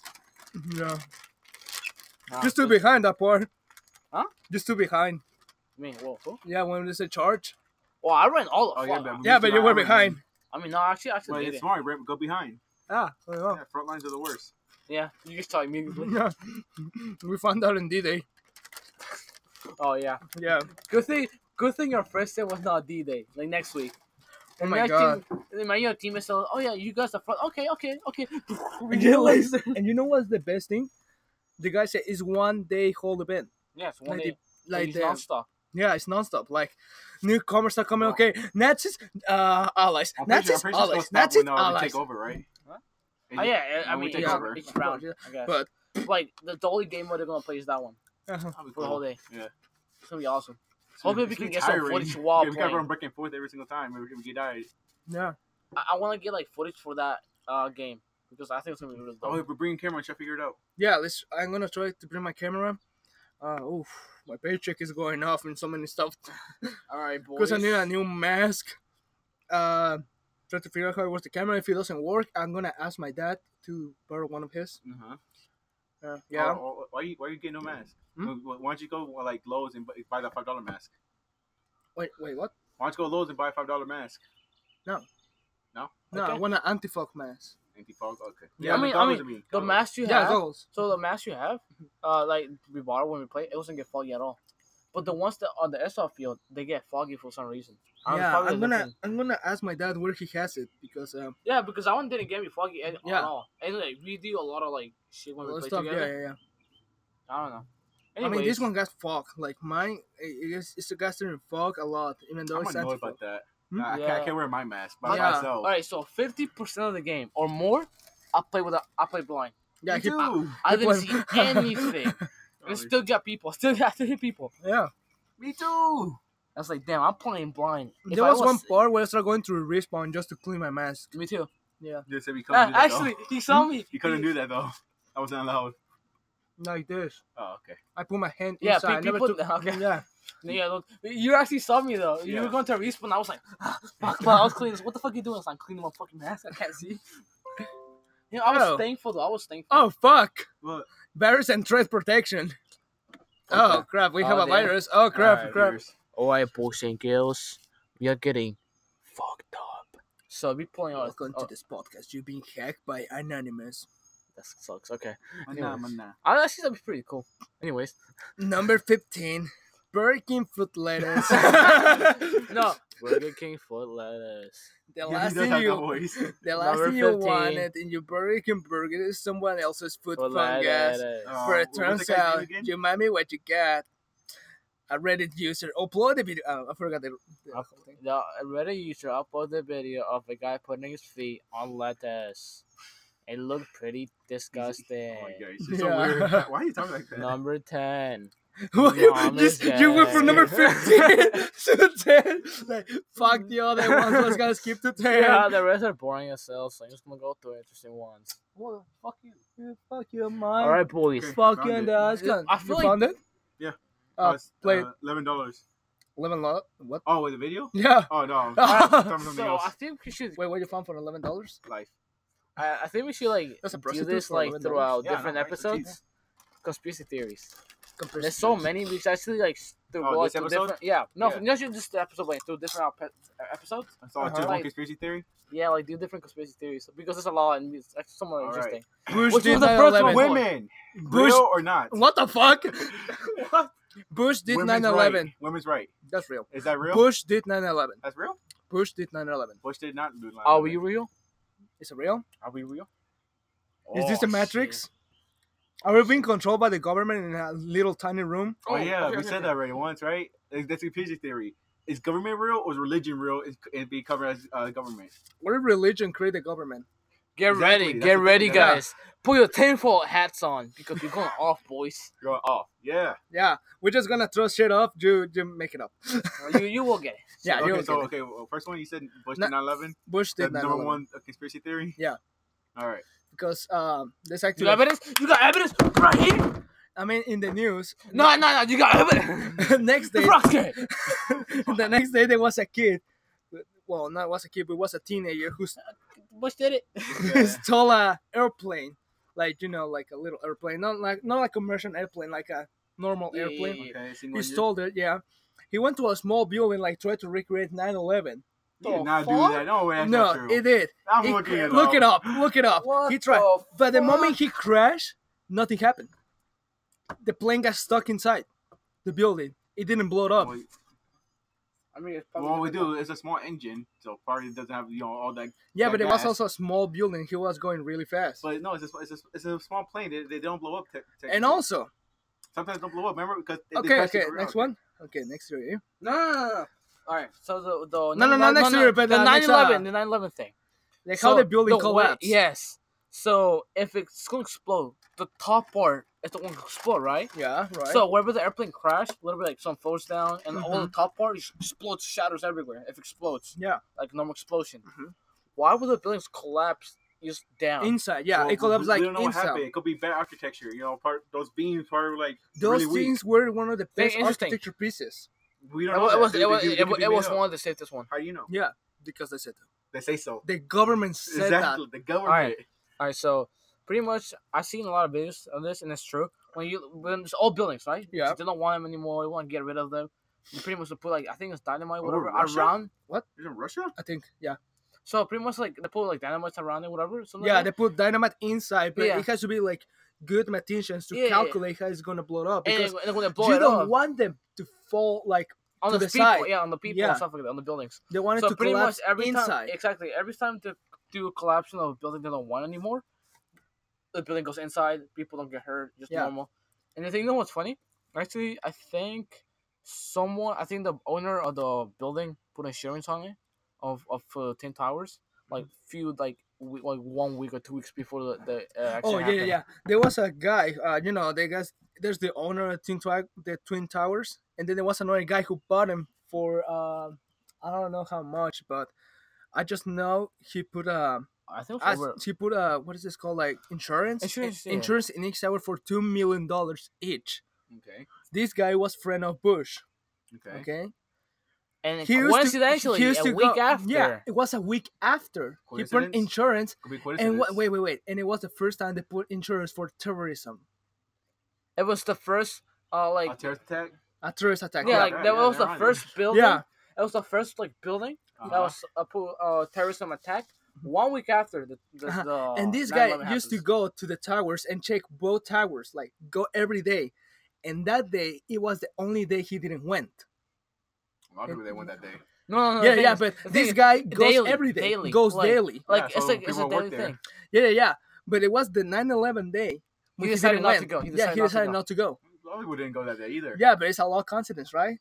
S4: Yeah,
S2: Nah,
S4: just two behind that part.
S2: Huh?
S4: Just two behind.
S2: I mean, whoa, whoa.
S4: Yeah, when they say charge.
S2: Well, I ran all the
S3: Oh,
S2: oh,
S3: yeah,
S2: fuck.
S3: man.
S4: Yeah, but you were
S3: I remember.
S4: behind.
S2: I mean, no, actually, I actually
S3: But
S2: did
S3: it's
S2: it.
S3: smart, right? Go behind.
S4: Ah, oh,
S3: Yeah,
S4: yeah.
S3: front lines are the worst.
S2: Yeah, you just tell immediately.
S4: yeah. we found out in D-Day.
S2: oh yeah.
S4: Yeah.
S2: Good thing, good thing your first day was not D Day. Like next week.
S4: Oh
S2: And
S4: my
S2: next
S4: god.
S2: thing- and then my your team is still, oh yeah, you guys are front. Okay, okay, okay. We
S4: And
S2: get
S4: you, know
S2: laser.
S4: what- and you know what's the best thing? The guy said it's one day whole event.
S2: Yes, one
S4: Like
S2: day.
S4: the, like
S2: he's
S4: the
S2: nonstop.
S4: Yeah, it's nonstop. Like newcomers are coming. Okay, Nazis, uh, allies,
S3: I'm pretty sure- I'm
S4: Nazis,
S3: pretty sure
S4: allies,
S3: it's gonna stop
S4: Nazis,
S3: when, uh, we
S4: allies.
S3: take over, right?
S2: Huh?
S3: And
S2: Oh,
S3: you-
S2: yeah, I
S3: when we
S2: mean,
S3: take
S2: it's,
S3: over.
S2: it's round,
S4: Yeah.
S2: I guess.
S4: But-
S2: like the, the only game where they're gonna play is that one
S4: Uh-huh.
S3: That'd be
S2: for the whole
S3: cool.
S2: day.
S3: Oh, Yeah.
S2: It's gonna be awesome.
S3: So
S2: Hopefully
S3: it's
S2: we can
S3: gonna
S2: get
S3: be
S2: some
S3: tiring.
S2: footage while
S3: yeah, we gotta
S2: playing.
S3: run back and forth every single time. We're gonna get tired.
S4: Yeah.
S2: I, I want to get like footage for that uh game because I think it's gonna be really
S3: Oh,
S2: dope.
S3: we're bringing camera. Should figure it out.
S4: Yeah. Let's. I'm gonna try to bring my camera. Uh, oof, my paycheck is going off and so many stuff
S3: Oh,
S2: All right, boys.
S4: because I need a new mask. Uh, try to figure out how it works the camera. If it doesn't work, I'm gonna ask my dad to borrow one of his.
S3: Uh-huh.
S4: Uh, yeah.
S3: Oh, oh, why you Why you getting no mask?
S4: Hmm?
S3: Why- Why don't you go well, like Lowe's and bu- buy that five dollar mask?
S4: Wait, wait, what?
S3: Why don't you go Lowe's and buy a five dollar mask?
S4: No, I
S2: Okay.
S4: want an anti-fog mask.
S3: Anti fog. Okay.
S4: Yeah, I
S2: mean-
S3: that
S2: I
S3: was
S2: mean,
S3: me.
S2: the
S3: That was-
S2: mask you
S4: Yeah,
S2: have.
S4: goggles.
S2: So the mask you have, uh, like we borrowed when we played, it wasn't get foggy at all. But the ones that on the airsoft field, they get foggy for some reason. I don't know,
S4: Yeah,
S2: probably
S4: I'm
S2: the
S4: gonna
S2: thing.
S4: I'm gonna ask my dad where he has it because um,
S2: Yeah, because that one didn't get me foggy at,
S4: Yeah.
S2: at all. And like we do a lot of like shit when we
S4: well,
S2: play
S4: stuff. Yeah,
S2: together.
S4: yeah, yeah.
S2: I don't know.
S4: I mean, this
S2: Anyways,
S4: one got fog. Like mine, it, it's, it's got certain fog a lot, even though
S3: I'm
S4: it's
S3: annoyed
S4: anti-fog.
S3: about that.
S4: Hmm?
S3: Nah, I, can't, I
S2: Yeah.
S3: can't wear my mask by
S4: Yeah.
S3: myself.
S2: All right, so fifty percent of the game or more, I play with a, I play blind.
S4: Yeah,
S3: You
S4: he,
S3: do.
S2: I
S4: It
S2: didn't
S4: was-
S2: see anything.
S3: Oh,
S2: I still got people. Still got to hit people.
S4: yeah.
S3: Me too.
S2: I was like, damn, I'm playing blind. If
S4: There
S2: I
S4: was, one part where I started going through respawn just to clean my mask.
S2: Me too.
S3: You said we
S4: Uh,
S2: Ah,
S3: couldn't do that, though. Hmm?
S2: actually, he saw me.
S3: you couldn't
S2: He-
S3: do that though. I wasn't allowed.
S4: Like this,
S3: Oh, okay.
S4: I put my hand
S2: Yeah,
S4: inside. I
S2: pe-
S4: never
S2: people-
S4: took,
S2: okay.
S4: Yeah,
S2: Yeah, look, you actually saw me though. You
S3: Yeah.
S2: were going to respawn. I was like, ah, fuck, man, I was cleaning. What the fuck you doing? I was like, I'm cleaning my fucking mask. I can't see. You know, I was
S4: Oh.
S2: thankful though. I was thankful.
S4: Oh fuck!
S3: Well,
S4: Virus and threat protection. Oh crap! We
S2: Oh,
S4: have a
S2: damn.
S4: virus. Oh crap!
S3: alright,
S4: crap!
S3: viewers.
S2: All right, boys and girls, we are getting fucked up. So we playing all.
S4: Welcome
S2: oh,
S4: to this podcast. You've been hacked by anonymous.
S2: that sucks. Okay,
S3: Mana,
S2: Anyways.
S3: mana.
S2: I actually that'd be pretty cool. Anyways,
S4: Number fifteen. Breaking foot letters.
S2: no, Burger King foot lettuce.
S4: The
S3: Yeah,
S4: last
S3: he does
S4: thing
S3: have that
S4: you
S3: voice.
S4: The last
S2: Number
S4: thing you
S2: 15.
S4: wanted in your Burger and Burger is someone else's food
S2: Foot
S4: fungus.
S2: lettuce.
S3: Oh.
S4: For
S3: Uh,
S4: it
S3: what's the
S4: turns
S3: guy's name
S4: out,
S3: again?
S4: you might me what you got. A Reddit user uploaded a video. Oh, I forgot the, the
S2: Up-
S4: whole thing.
S2: The Reddit user uploaded a video of a guy putting his feet on lettuce. It looked pretty
S3: He's-
S2: disgusting.
S3: Oh my god, he's just so
S4: Yeah.
S3: weird. Why are you talking like that?
S2: Number 10.
S4: Well,
S2: Come on,
S4: you,
S2: this
S4: you, you went from number
S2: guy.
S4: 15 to 10. Like, fuck the other ones. Let's guys skip to 10.
S2: Yeah, the rest are boring as hell, so I'm just gonna go through interesting ones.
S4: Well, fuck you. Yeah, fuck you, mine.
S2: Alright, boys.
S3: Um, Okay.
S4: Fuck
S3: Found
S4: you, and
S3: it.
S4: the ice gun.
S2: I feel
S4: you
S2: like-
S4: found it?
S3: Yeah.
S4: Uh,
S3: it's,
S4: play
S3: uh, eleven dollars.
S4: eleven lo- What?
S3: Oh, with a video?
S4: Yeah.
S3: Oh no.
S4: Alright,
S3: Tell me something
S2: So
S3: else.
S2: I think we should.
S4: Wait, what you found for eleven dollars?
S3: Life.
S2: I, I think we should like
S4: That's a
S2: do
S4: prostitute
S2: this
S4: for
S2: like
S4: $11.
S2: throughout
S3: Yeah, I know,
S2: different
S3: right?
S2: episodes.
S3: Jeez.
S2: Conspiracy theories. There's so many. We should actually like s- through,
S3: Oh,
S2: like,
S3: this
S2: through
S3: episode?
S2: different. Yeah, no,
S3: Yeah.
S2: not just this episode, like through different ep- episodes.
S3: I saw
S4: Uh-huh.
S3: two
S2: Like-
S3: one conspiracy theory.
S2: Yeah, like do different conspiracy theories because there's a lot and it's actually somewhat
S3: Alright.
S2: interesting.
S4: Bush
S2: Which
S4: did
S2: was the
S4: 9
S2: first
S4: 11.
S2: one?
S3: Women,
S4: Bush.
S3: real or not?
S4: What the fuck? Bush did 9
S3: Women's
S4: 11.
S3: Right. Women's right.
S4: That's real.
S3: Is that real?
S4: Bush did 9 11.
S3: That's real.
S4: Bush did 9 11.
S3: Bush did not do.
S2: Are Oh, we real?
S4: Is it real?
S2: Are we real?
S4: Is this
S2: Oh,
S4: the Matrix? Are we being controlled by the government in a little tiny room?
S3: Oh, yeah,
S2: okay,
S3: we
S2: okay,
S3: said
S2: okay.
S3: that already once, right? Like, That's conspiracy theory. Is government real or is religion real? Is and be covered as uh, government?
S4: What if religion created the government?
S2: Get
S3: Exactly,
S2: ready,
S3: that's
S2: get
S3: the thing,
S2: ready,
S3: yeah.
S2: guys. Put your tinfoil hats on because we're going off, boys.
S3: You're off. Yeah.
S4: Yeah, we're just gonna throw shit up. You, you make it up.
S2: You, you will get it.
S4: Yeah,
S3: okay,
S4: you're okay.
S3: so okay, well, first one you said Bush
S4: Na-
S3: did 9/11.
S4: Bush
S3: The
S4: did 9
S3: number
S4: 11.
S3: one uh, conspiracy theory.
S4: Yeah.
S3: All right.
S4: because um, there's
S2: You
S4: actually.
S2: got evidence? You got evidence right here?
S4: I mean, in the news,
S2: No, no, no. You got evidence.
S4: next
S2: The
S4: day,
S2: Bronx game.
S4: the next day there was a kid. Well, not was a kid, but was a teenager who s-
S2: Bush did it.
S4: stole a uh, airplane, like you know, like a little airplane, not like not like commercial airplane, like a normal
S2: Yeah, yeah,
S4: airplane.
S2: yeah.
S3: Okay.
S4: He stole it. Yeah, he went to a small building, like tried to recreate 9/11.
S3: You did
S2: The
S3: not
S2: fuck?
S3: do that. No way. That's
S4: no,
S3: not true.
S4: it did.
S3: I'm
S4: He
S3: looking
S4: cra-
S3: it
S4: look
S3: up.
S4: it up. Look it up.
S2: What
S4: he tried.
S2: the
S4: but the
S2: fuck?
S4: moment he crashed, nothing happened. The plane got stuck inside the building. It didn't blow up.
S3: Well,
S2: I mean, it's
S3: well, what we do is a small engine, so probably doesn't have you know all that.
S4: yeah,
S3: that
S4: but it was
S3: gas.
S4: also a small building. He was going really fast.
S3: But no, it's a, sm- it's a, it's a small plane. They, they don't blow up. Te-
S4: and
S3: technically.
S4: also,
S3: sometimes don't blow up. Remember because they- they
S4: okay,
S3: crash
S4: okay,
S3: into the
S4: next
S3: ground.
S4: one. Okay, next to you.
S2: No, no, no, no. All right. So the the
S4: No, no, no, next year, but,
S2: the
S4: uh,
S2: nine
S4: next, uh,
S2: eleven the nine eleven thing.
S4: Like
S2: So
S4: how the building
S2: way-
S4: collapsed.
S2: yes. So if it's gonna explode, the top part is the one to explode, right?
S4: Yeah. Right.
S2: So wherever the airplane crashed, literally like some falls down, and all
S3: Mm-hmm.
S2: the top part is- explodes, shatters everywhere. If it explodes,
S4: yeah.
S2: like normal explosion,
S3: Mm-hmm.
S4: Mhm.
S2: why would the buildings collapse just down?
S4: Inside. Yeah.
S3: Well,
S4: it collapsed
S3: we-
S4: like
S3: we don't know what happened.
S4: inside.
S3: It could be bad architecture. You know, part those beams were like
S4: Those
S3: really weak.
S4: things were one of the best
S2: interesting.
S4: architecture pieces.
S3: We don't
S2: it,
S3: know.
S2: wa- it
S3: that.
S2: was
S3: They-
S2: it
S3: they
S2: was
S3: could- they
S2: it, wa-
S3: could be
S2: it
S3: made
S2: was
S3: up.
S2: one of the safest one.
S3: How do you know?
S4: Yeah, because they said
S3: They say so.
S4: the government said
S3: Exactly. The government.
S2: All right, so pretty much I've seen a lot of videos of this, and it's true. When you when it's all buildings, right?
S4: Yeah.
S2: They don't want them anymore. They want to get rid of them. You pretty much put like I think it's dynamite,
S3: Oh,
S2: whatever,
S3: Russia?
S2: around.
S3: You're in Russia?
S4: that. I think. Yeah.
S2: So pretty much like they put like dynamite around it, whatever. Something
S4: Yeah,
S2: like eh,
S4: they
S2: that.
S4: put dynamite inside, but
S2: Yeah.
S4: it has to be like good mathematicians to
S2: Yeah, yeah, yeah.
S4: calculate how it's gonna blow up
S2: And
S4: because
S2: then- and then when they blow
S4: you
S2: it
S4: don't
S2: up
S4: want them to fall like
S2: on
S4: to
S2: the,
S4: the
S2: people,
S4: side.
S2: yeah, on the people
S4: Yeah.
S2: and stuff like that, on the buildings.
S4: they want it
S2: So
S4: to
S2: pretty much
S4: collapse
S2: every time,
S4: inside.
S2: exactly every time they do a collapse of a building they don't want anymore, the building goes inside. People don't get hurt, just
S4: Yeah.
S2: normal. And the thing, you know what's funny? Actually, I think someone, I think the owner of the building put insurance on it, of of uh, ten towers, like
S4: Mm-hmm.
S2: few like we, like one week or two weeks before the the uh,
S4: Oh
S2: accident
S4: yeah, yeah,
S2: happened.
S4: yeah. There was a guy, uh, you know, the guys. There's the owner of Twin Twi- the Twin Towers, and then there was another guy who bought him for uh, I don't know how much, but I just know he put a
S2: I think it was
S4: as,
S2: over.
S4: he put a what is this called like insurance
S2: Insurance, yeah.
S4: insurance in each tower for two million dollars each.
S3: Okay.
S4: This guy was friend of Bush.
S3: Okay.
S4: Okay,
S2: and
S4: used to-
S2: coincidentally,
S4: he used
S2: a
S4: to
S2: week
S4: go-
S2: after,
S4: Yeah, it was a week after he put
S3: Coincidence?
S4: insurance,
S3: Could be
S4: and
S3: coincidence.
S4: wa- wait, wait, wait, and it was the first time they put insurance for terrorism,
S2: it was the first uh
S3: A
S2: like
S3: terrorist attack?
S4: a terrorist attack.
S2: yeah,
S3: yeah,
S2: like
S3: yeah,
S2: that
S3: yeah,
S2: was the
S3: they're on it.
S2: first building.
S4: yeah,
S2: That was the first like building that
S3: Uh-huh.
S2: was a po- uh, terrorism attack. One week after the, the,
S4: Mm-hmm. Uh-huh.
S2: the
S4: and this guy
S2: 9/11
S4: used to
S2: happens.
S4: go to the towers and check both towers, like go every day. And that day, it was the only day he didn't went.
S3: A lot of people they went that day.
S2: No, no, no. the
S4: yeah,
S2: thing
S4: yeah,
S2: is-
S4: but
S2: the thing
S4: this
S2: is,
S4: guy goes
S2: daily,
S4: every day,
S2: daily,
S4: goes
S2: like-
S4: daily.
S2: like
S3: Yeah,
S2: it's
S3: so
S2: like it's a
S3: people
S2: daily
S3: work there.
S2: thing.
S4: Yeah, yeah, yeah. But it was the 9/11 day when he,
S2: decided
S4: didn't
S2: not
S4: went.
S2: to go. He decided
S4: yeah, he
S2: not to
S4: decided
S2: go.
S4: not to go.
S3: A lot of people didn't go that day either.
S4: Yeah, but it's a lot of coincidence, right?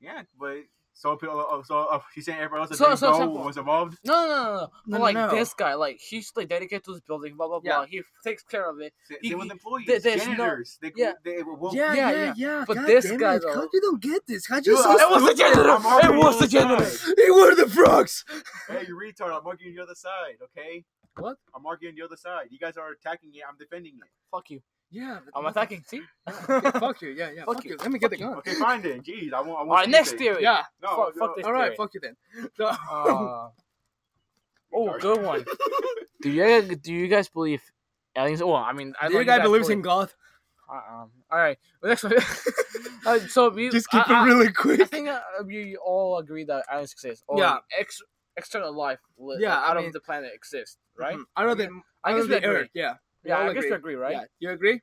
S3: Yeah, but So, people- uh, so uh, she's saying everyone else is
S2: So-
S3: so,
S2: so simple.
S3: was involved.
S2: No, no, no, no.
S4: No,
S2: But,
S4: no,
S2: like
S4: no.
S2: this guy, like he's like dedicated to this building, blah blah
S4: Yeah.
S2: blah. He takes care of it.
S3: They,
S2: He-
S3: they were
S2: he-
S3: employees,
S2: there- there's no-
S3: janitors. they,
S2: yeah.
S3: they were woke.
S4: Yeah,
S2: Yeah,
S4: yeah,
S2: yeah.
S4: yeah.
S2: But
S4: God
S2: this
S4: damn
S2: guy,
S4: it.
S2: though-
S4: How you don't get this? How
S3: Dude,
S4: you so
S3: I-
S2: It was the
S3: stupid.
S2: janitor!
S3: I'm arguing
S2: It was
S3: all
S2: the janitor!
S3: time.
S4: They were the frogs.
S3: Hey, you retard! I'm arguing the other side, okay?
S4: What?
S3: I'm arguing the other side. You guys are attacking it. I'm defending it.
S2: Fuck you.
S4: Yeah. but-
S2: I'm attacking. See.
S4: Okay, fuck you. Yeah, yeah.
S2: Oh, Fuck
S4: Fuck,
S2: you.
S4: you. Let me get the gun.
S3: Okay, fine then. Jeez, I won't. I won't
S2: All right,
S3: see
S2: next
S3: anything.
S2: theory.
S4: Yeah.
S3: No,
S2: Fuck-
S3: no,
S2: fuck this.
S4: All right.
S2: Alright.
S4: Fuck you then. So,
S2: Uh, oh, good one. do you do you guys believe aliens? Well, I mean, I
S4: the
S2: like
S4: guy
S2: guys
S4: believes in
S2: believe-
S4: God.
S2: Uh, um, all right. Well, next one. uh, so we
S4: Just keep
S2: I,
S4: it really
S2: I, I
S4: quick.
S2: think uh, we all agree that aliens exist. Or
S4: Yeah.
S2: yeah. Ex, external life. Li-
S4: Yeah,
S2: Out
S4: I
S2: of
S4: mean-
S2: the planet exists, right?
S4: Mhm. Other than
S2: um, I guess
S4: other
S2: we
S4: than
S2: agree.
S4: Earth. Yeah. We
S2: Yeah,
S4: all
S2: I guess we agree, right?
S4: Yeah. You agree?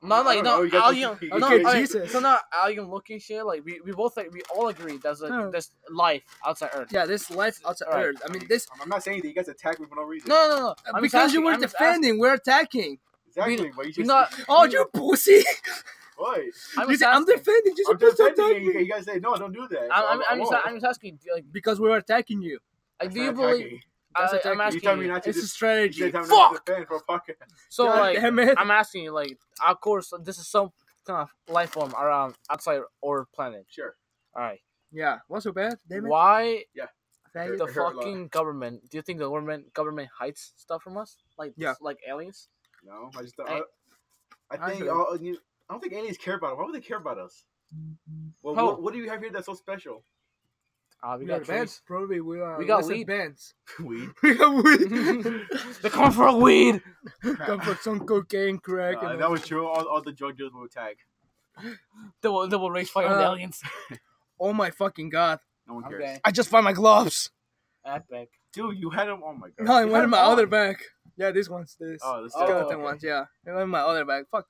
S2: Not
S3: I
S2: like
S3: don't
S2: no
S3: know, you guys
S2: alien.
S3: look-
S2: no,
S4: Okay,
S2: no, alien-
S4: Jesus.
S2: So not alien looking shit. Like we, we both like we all agree there's a
S4: No.
S2: there's life outside Earth.
S4: Yeah. There's life outside
S2: All right.
S4: Earth. I mean, this
S3: I'm- I'm not saying that you guys attack me for no reason.
S2: No, no, no. I'm just
S4: because you
S2: asking-
S4: were
S2: I'm just asking.
S4: defending, we're attacking.
S3: exactly. but you
S2: You're
S3: just
S2: not.
S4: Oh, you pussy!
S3: what?
S2: I'm
S4: You
S2: just
S4: say, I'm
S2: asking.
S4: defending. You're
S3: I'm just
S4: supposed to
S3: defending
S4: attack
S3: you. You
S4: me
S3: guys say no, don't do that.
S2: I'm, I'm,
S3: I- I
S2: I'm, just,
S3: won't.
S2: I'm just asking. Like,
S4: because we're attacking you.
S2: like
S3: That's
S2: do you
S3: not
S2: believe?
S3: attacking.
S4: That's
S2: I, I'm
S4: attacking.
S3: You
S2: asking.
S3: tell
S2: you.
S3: me not to
S4: It's a
S3: just
S4: strategy.
S2: Fuck!
S3: Defend for fucking.
S2: So
S4: God
S2: like,
S4: damn it.
S2: I'm asking you. Like, of course, this is some kind of life form around outside our planet.
S3: Sure.
S2: All right.
S4: yeah, what's so bad? Damn it.
S2: Why
S4: Thank
S2: the
S4: you.
S3: I heard a lot.
S2: fucking government? Do you think the government government hides stuff from us? Like,
S4: Yeah.
S2: like aliens?
S3: No, I just don't.
S2: I-
S3: I, I
S4: I
S3: think
S4: heard.
S3: all, you, I don't think aliens care about us. Why would they care about us? Well,
S2: Oh.
S3: what, what do you have here that's so special?
S2: Uh, we
S4: We
S2: got
S4: got
S2: trees.
S4: bands. Probably we are.
S2: We got
S4: lizard
S2: weed.
S4: bands.
S3: Weed.
S4: We got weed.
S2: They're coming for weed.
S4: Come for some cocaine, crack,
S3: Uh,
S4: and
S3: that was true. All, all the drug dealers will attack.
S2: They will, they will raise fire on the
S4: Uh,
S2: aliens.
S4: Oh my fucking god!
S3: No one cares.
S2: Okay.
S4: I just found my gloves.
S2: Epic.
S3: Dude, you had them. Oh my god.
S4: No, in
S3: You
S4: one
S3: had
S4: of
S3: 'em
S4: my other
S3: on.
S4: bag. Yeah, this one's this.
S3: Oh, the
S2: Oh,
S4: Skeleton
S3: skeleton.
S2: okay.
S4: ones, yeah. In one of my other bag. Fuck.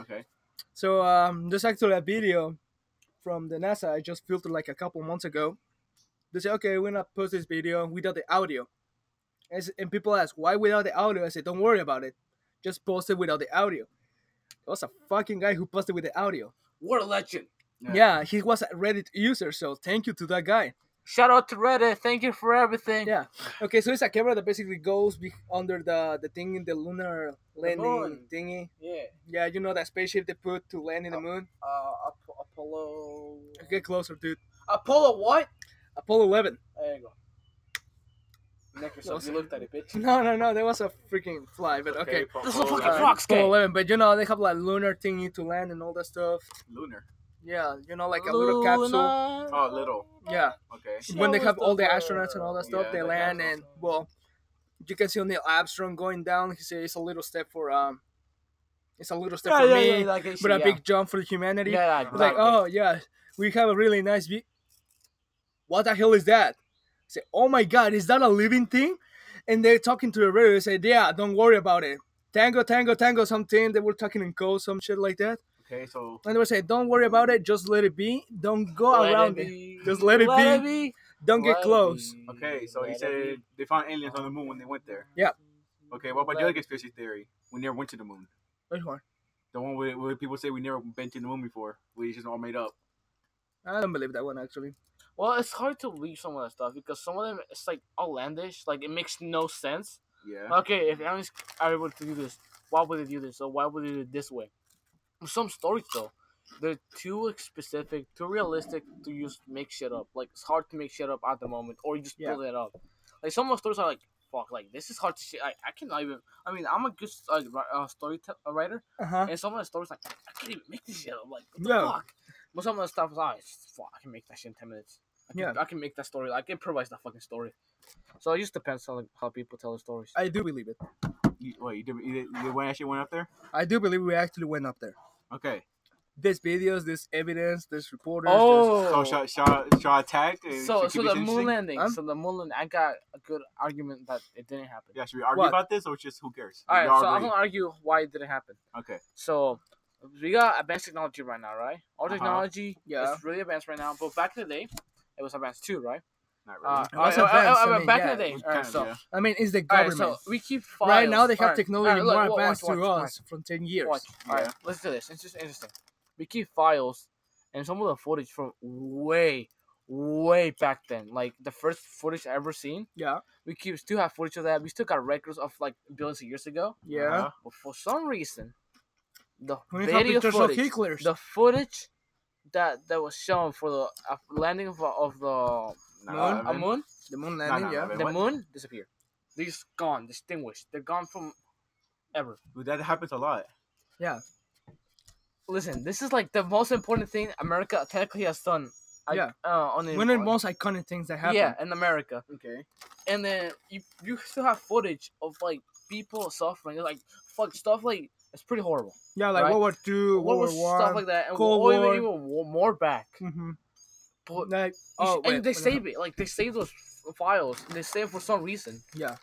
S3: okay.
S4: So um, there's actually a video from the NASA I just filtered like a couple months ago. They say, okay, we're gonna post this video without the audio. And, s- and people ask, why without the audio? I say, don't worry about it. Just post it without the audio. There was a fucking guy who posted with the audio.
S2: What a legend.
S3: Yeah.
S4: Yeah, he was a Reddit user, so thank you to that guy.
S2: Shout out to Reddit. Thank you for everything.
S4: Yeah. Okay, so it's a camera that basically goes be- under the the thing in the lunar landing
S2: moon.
S4: thingy.
S2: Yeah.
S4: Yeah, you know that spaceship they put to land in the
S2: Oh.
S4: moon.
S2: Uh, Ap- Apollo.
S4: Get closer, dude.
S2: Apollo what?
S4: Apollo 11.
S2: There you go. Neck yourself. You looked at it, bitch.
S4: No, no, no. There was a freaking fly, but okay.
S3: Paul-
S2: This is a
S3: Paul
S2: fucking
S3: Rudd.
S2: frog
S4: Apollo
S2: scale.
S4: 11, but you know they have like lunar thingy to land and all that stuff.
S3: Lunar.
S4: Yeah, you know like a little capsule.
S3: Oh, little.
S4: Yeah,
S3: Okay.
S4: when they have all the astronauts and all that stuff,
S3: Yeah,
S4: they
S3: the
S4: land and
S3: capsule.
S4: well, you can see Neil Armstrong going down. He says it's a little step for um, it's a little step for me,
S2: like,
S4: but a big jump for humanity.
S2: Yeah,
S4: It's like, oh yeah, we have a really nice view. What the hell is that? Say, oh my god, is that a living thing? And they're talking to the radio. Say, yeah, don't worry about it. Tango, tango, tango, something. They were talking in code, some shit like that.
S3: Okay, so
S4: And they were saying, don't worry about it. Just let it be. Don't go around it. Just let it
S2: Let
S4: be.
S2: be.
S4: Don't
S2: Let
S4: get
S2: it
S4: close.
S2: be.
S3: okay, so he
S2: Let it
S3: said
S2: be.
S3: they found aliens on the moon when they went there.
S4: Yeah.
S3: Okay, what about
S2: Let
S3: the other
S2: it be.
S3: conspiracy theory? We never went to the moon.
S4: Which one?
S3: The one where, where people say we never been to the moon before. We just all made up.
S4: I don't believe that one actually.
S2: Well, it's hard to believe some of that stuff because some of them it's like outlandish. Like it makes no sense.
S3: Yeah.
S2: Okay, if aliens are able to do this, why would they do this? Or why would they do it this way? Some stories though, they're too specific, too realistic to just make shit up. Like it's hard to make shit up at the moment, or you just
S4: Yeah.
S2: build it up. Like some of the stories are like, fuck, like this is hard to shit. I, I cannot even. I mean, I'm a good uh, ri- uh, story t- uh, writer,
S4: Uh huh.
S2: and some of the stories like I can't even make this shit up. Like what the
S4: No.
S2: fuck. But some of the stuff is like, fuck, I can make that shit in ten minutes. I can,
S4: Yeah.
S2: I can make that story. I can improvise that fucking story. So it just depends on like, how people tell the stories.
S4: I do believe it.
S3: You, wait, you did, you, did, you went- actually went up there?
S4: I do believe we actually went up there.
S3: Okay.
S4: There's videos, there's evidence, there's reporters. there's-
S2: Oh,
S3: So shall, shall, shall I attack? and
S2: so
S3: should
S2: so the
S3: keep this
S2: moon
S3: interesting?
S2: landing.
S4: Huh?
S2: So the moon landing. I got a good argument that it didn't happen.
S3: Yeah, should we argue
S4: What?
S3: about this or just who cares?
S2: All right,
S3: Y'all
S2: so I'm
S3: agree.
S2: gonna argue why it didn't happen.
S3: Okay.
S2: So we got advanced technology right now, right? All
S3: Uh-huh.
S2: technology
S4: Yeah.
S2: is really advanced right now. But back in the day, it was advanced too, right?
S3: Not really.
S2: Uh,
S4: It was
S2: uh, uh,
S4: advanced,
S2: uh,
S4: I
S2: uh,
S4: mean,
S2: back
S4: yeah,
S2: in the day.
S3: It was
S2: All right,
S3: kinda,
S2: so
S3: yeah.
S4: I mean, it's the
S2: Alright,
S4: government.
S2: so we keep files.
S4: Right now, they have
S2: Alright,
S4: technology
S2: alright, look,
S4: more
S2: wa- watch,
S4: advanced
S2: watch,
S4: to
S2: watch,
S4: us from 10 years.
S2: Watch. Alright,
S3: Yeah.
S2: let's do this. It's just interesting. We keep files and some of the footage from way, way back then. Like the first footage I ever seen.
S4: Yeah.
S2: We keep still have footage of that. We still got records of like billions of years ago.
S4: Yeah.
S3: Uh-huh.
S2: But for some reason, the
S4: We have
S2: video
S4: pictures of
S2: footage,
S4: Hitlers.
S2: the footage that that was shown for the uh, landing of, of the
S4: Moon?
S2: a moon,
S4: The moon landing,
S3: no,
S4: yeah.
S3: no,
S2: the
S3: what?
S2: moon disappeared. They're just gone, distinguished. They're gone from ever.
S3: Dude, that happens a lot.
S2: Listen, this is like the most important thing America technically has done. I-
S4: Yeah.
S2: Uh, on the
S4: One of the most iconic things that happened.
S2: yeah, in America.
S4: Okay.
S2: and then you you still have footage of like people suffering. Like fuck stuff like it's pretty horrible.
S4: Yeah, like
S2: Right.
S4: World War Two,
S2: What
S4: World
S2: was
S4: War One.
S2: stuff like that, and
S4: Cold
S2: we'll
S4: War.
S2: even even wa- more back.
S4: hmm
S2: But you
S4: Like
S2: sh-
S4: oh, wait,
S2: and they
S4: wait, no,
S2: save it. Like they save those f- files. They save for some reason.
S4: Yeah.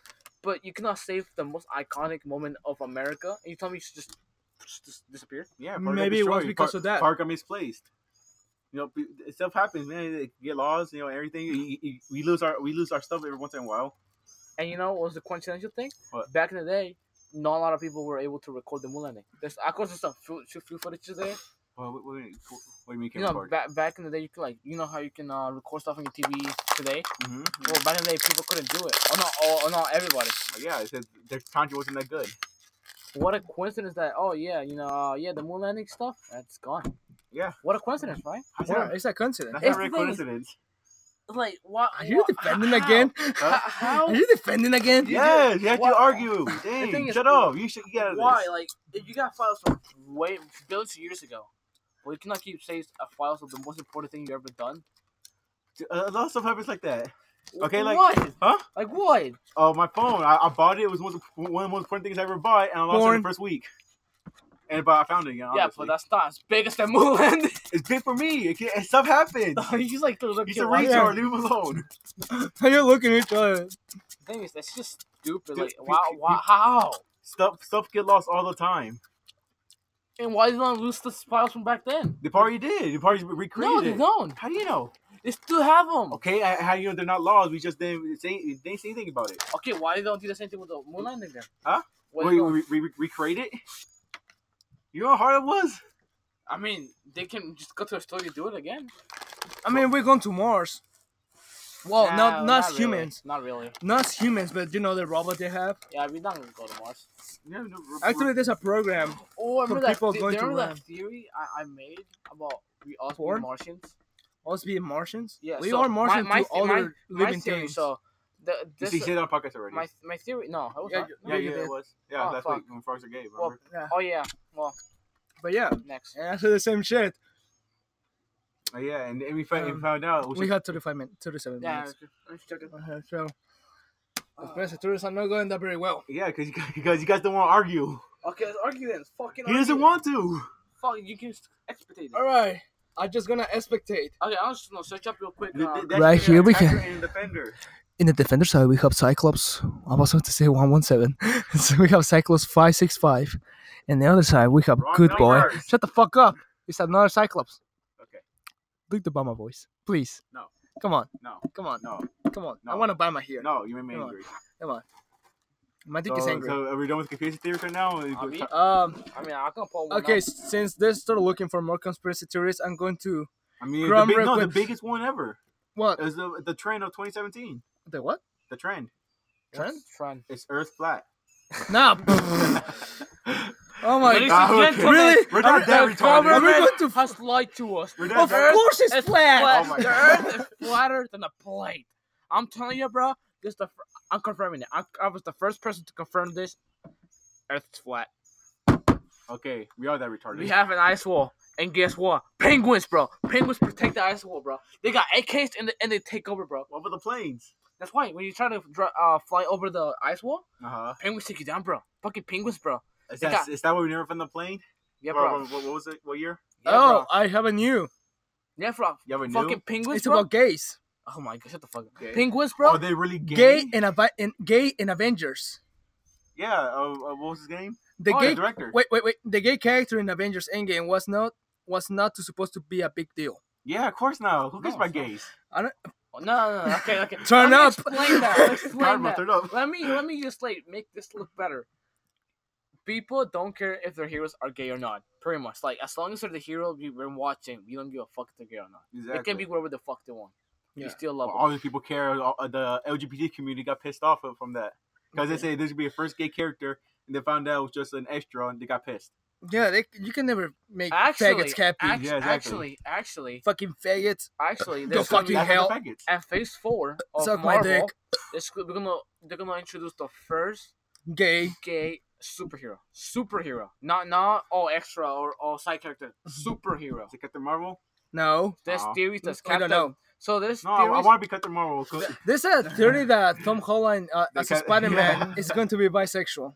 S2: But you cannot save the most iconic moment of America. And you tell me you should just, just, just disappear?
S3: Yeah,
S4: no.
S3: part got
S4: maybe it was
S3: destroyed,
S4: because
S3: part-
S4: of that.
S3: Part got misplaced. You know, be- stuff happens, man. It get lost, you know, everything. You- you- we lose our we lose our stuff every once in a while.
S2: And you know what was the quintessential thing?
S3: What?
S2: Back in the day, not a lot of people were able to record the moon landing. There's, of course, there's some few, few footages there.
S3: Well, what, what, do you- what do you mean?
S2: you
S3: Can't
S2: know,
S3: record?
S2: back back in the day, you could like, you know how you can uh, record stuff on your TV today.
S3: hmm
S2: Well, back in the day, people couldn't do it. Oh, Or not, all, or not everybody.
S3: yeah, it says their country wasn't that good.
S2: What a coincidence that oh yeah, you know, uh, yeah, the moon landing stuff that's gone.
S3: Yeah.
S2: What a coincidence, right?
S3: How's
S4: Yeah,
S3: that?
S4: it's a coincidence.
S3: That's
S2: It's
S3: not really
S2: the thing.
S3: coincidence.
S2: Like what?
S4: Are you defending again?
S3: Huh?
S2: How?
S4: Are you defending again?
S3: Yes, you have
S2: Why-
S3: to argue.
S2: thing
S3: Dang,
S2: is-
S3: shut up. You should get out of this.
S2: Why? Like if you got files from way billions of years ago, but you cannot keep saying uh, files of the most important thing you ever done.
S3: A lot of stuff happens like that. Okay, like-
S2: what?
S3: Huh?
S2: Like what?
S3: Oh, my phone. I, I bought it. It was one of, the, one of the most important things I ever bought, and I lost it
S4: Porn.
S3: in the first week. And but I found it again.
S2: Yeah,
S3: obviously.
S2: but that's not as big as the moon landing.
S3: it's big for me. It can, and stuff happens.
S2: He's like, look,
S3: He's a
S2: kid, why-
S3: retard. Leave him alone.
S4: Are you looking at each other?
S2: The thing is, that's just stupid.
S3: Dude,
S2: Like,
S3: pe-
S2: wow,
S3: pe-
S2: wow, how?
S3: Stuff stuff get lost all the time.
S2: And why did not lose the files from back then?
S3: The party did. The party's recreated.
S2: No, they
S3: it.
S2: don't.
S3: How do you know?
S2: They still have them.
S3: Okay, I, how do you know they're not laws? We just didn't say, they didn't say anything about it.
S2: Okay, why they don't do the same thing with the moon landing then?
S3: Huh?
S2: Why
S3: we,
S2: they don't-
S3: we, we, recreate it. You know how hard it was.
S2: I mean, they can just go to a store and do it again.
S4: I mean, we're going to Mars. Well,
S2: Nah,
S4: not not,
S2: really.
S4: humans,
S2: Not really.
S4: not humans, but you know the robot they have.
S2: Yeah, we're not gonna go to Mars.
S3: Yeah, no, we're-
S4: Actually, there's a program.
S2: Oh, I
S4: For
S2: remember that.
S4: people
S2: the-
S4: going to
S2: remember that
S4: land.
S2: theory I, I made about we us being
S4: Porn?
S2: Martians?
S4: Us being Martians.
S2: Yeah,
S4: we
S2: so
S4: are Martians
S2: my, my,
S4: to all
S2: my,
S4: the
S2: my
S4: living
S2: theory,
S4: things.
S2: So, the,
S3: You
S2: this,
S3: see, you said it on podcast already.
S2: my my theory. No, I was
S4: Yeah,
S2: not.
S4: you-
S2: No.
S3: yeah,
S4: you
S3: yeah,
S4: did.
S3: it was. Yeah,
S2: Oh,
S3: that's
S2: fuck.
S3: what when frogs are gay. Remember?
S2: Well,
S4: yeah,
S2: Oh yeah. Well,
S4: but yeah,
S2: next.
S4: and I said the same shit.
S3: Oh, yeah, and, and we, found, we
S4: Um,
S3: found out. Which
S4: We had 35 minutes, 37
S2: Yeah.
S4: minutes.
S2: let's check it.
S4: Uh, so,
S3: Ah.
S4: the press tourists are not going that very well.
S3: yeah, because you, guys- you guys, you guys don't want to argue.
S2: Okay, let's argue then. Let's Fucking.
S3: He doesn't
S2: argue.
S3: want to.
S2: Fuck, you can expectate it.
S4: All right, I'm just gonna expectate.
S2: Okay, I'll just no, search up real quick.
S3: Th-
S2: Uh,
S3: th- that's
S4: Right
S3: between
S4: here we
S3: attacker
S4: can-
S3: and defender.
S4: in the defender side, we have Cyclops. I was about to say 117. so we have Cyclops 565. And the other side, we have
S3: Wrong
S4: Good Boy.
S3: numbers.
S4: Shut the fuck up. It's another Cyclops.
S3: Okay.
S4: Do the Bama voice. Please.
S3: No.
S4: Come on.
S3: No,
S4: Come on.
S3: no,
S4: Come on. I
S3: No.
S4: want a Bama here.
S3: no. You made me
S4: Come on.
S3: angry.
S4: My dick
S3: So,
S4: is angry.
S3: so are we done with conspiracy theories right now?
S2: Are we?
S4: um,
S2: I mean, I can pull one.
S4: okay,
S2: up.
S4: s- since they started looking for more conspiracy theories, I'm going to.
S3: I mean, the
S4: Grum
S3: big, no, the
S4: request-
S3: biggest one ever.
S4: What?
S3: It was the, the trend of 2017.
S4: The what?
S3: The trend.
S4: Trend?
S2: Trend.
S3: It's Earth flat.
S4: No. oh my
S2: Ladies
S4: god.
S3: Ah,
S2: and
S3: okay.
S2: gentlemen,
S4: Really?
S3: We're not that
S2: the
S3: retarded.
S4: Are we
S2: government
S4: going to-
S2: has lied to us.
S3: We're
S4: Of
S3: not that.
S4: course it's,
S2: It's
S4: flat.
S2: flat.
S3: Oh my
S2: the
S3: God.
S2: Earth is flatter than a plate. I'm telling you, bro. This the. fir- I'm confirming it. I, I was the first person to confirm this. Earth's flat.
S3: Okay, we are that retarded.
S2: We have an ice wall, and guess what? Penguins, bro. Penguins protect the ice wall, bro. They got AKs and, and they take over, bro.
S3: What about the planes?
S2: That's why when you try to dri uh, fly over the ice wall,
S3: Uh huh.
S2: penguins take you down, bro. Fucking penguins, bro.
S3: Is
S2: They
S3: that,
S2: got-
S3: is that what we never found the plane?
S2: Yeah,
S3: Or
S2: bro.
S3: What, what was it? What year?
S2: Yeah, bro.
S4: oh, I have a new.
S2: Yeah, bro.
S3: You ever knew?
S2: Fucking penguins,
S4: It's
S2: bro.
S4: about gays.
S2: oh my god, shut the fuck up.
S3: Gay.
S2: Penguins, bro.
S3: Are Oh, they really gay?
S4: gay and, Ava- and gay and Avengers.
S3: Yeah. Uh, uh, what was his name?
S4: The
S3: oh,
S4: gay
S3: the director.
S4: wait wait wait the gay character in Avengers Endgame was not was not supposed to be a big deal.
S3: Yeah, of course not. Who cares
S2: No,
S3: about
S2: it's not.
S3: gays?
S2: Oh, no, no, no. Okay, okay. let
S4: Turn
S2: me
S4: up.
S2: Explain that.
S3: God,
S2: Explain that.
S3: must turn up.
S2: Let me let me just like make this look better. People don't care if their heroes are gay or not. Pretty much, like as long as they're the hero we've been watching, we don't give a fuck if they're gay or not. They
S3: Exactly.
S2: can be whatever the fuck they want.
S4: Yeah.
S2: You still love
S3: Well,
S2: them.
S3: all these people care. all- uh, The LGBT community got pissed off of- from that because they say this would be a first gay character, and they found out it was just an extra, and they got pissed.
S4: Yeah, they, you can never make
S2: Actually,
S4: faggots happy.
S2: act-
S3: Yeah, exactly.
S2: actually, actually,
S4: fucking faggots.
S2: actually,
S4: Go
S2: there's
S4: fuck
S2: gonna be,
S4: you.
S3: That's what
S4: hell.
S3: the faggots.
S2: at Phase Four of
S4: Suck my
S2: Marvel,
S4: dick.
S2: it's go- we're gonna they're gonna introduce the first
S4: Gay.
S2: gay superhero. Superhero, not not all extra or all side character. Superhero.
S3: Is it Captain Marvel?
S4: No.
S2: There's
S3: Aw.
S2: theories that's
S4: I don't
S2: Captain.
S4: know.
S2: So there's
S3: No, I,
S2: theories.
S3: want to be Captain Marvel. 'cause-
S4: There's a theory that Tom Holland uh,
S3: They
S4: as a
S3: got-
S4: Spider Man
S3: yeah.
S4: is going to be bisexual.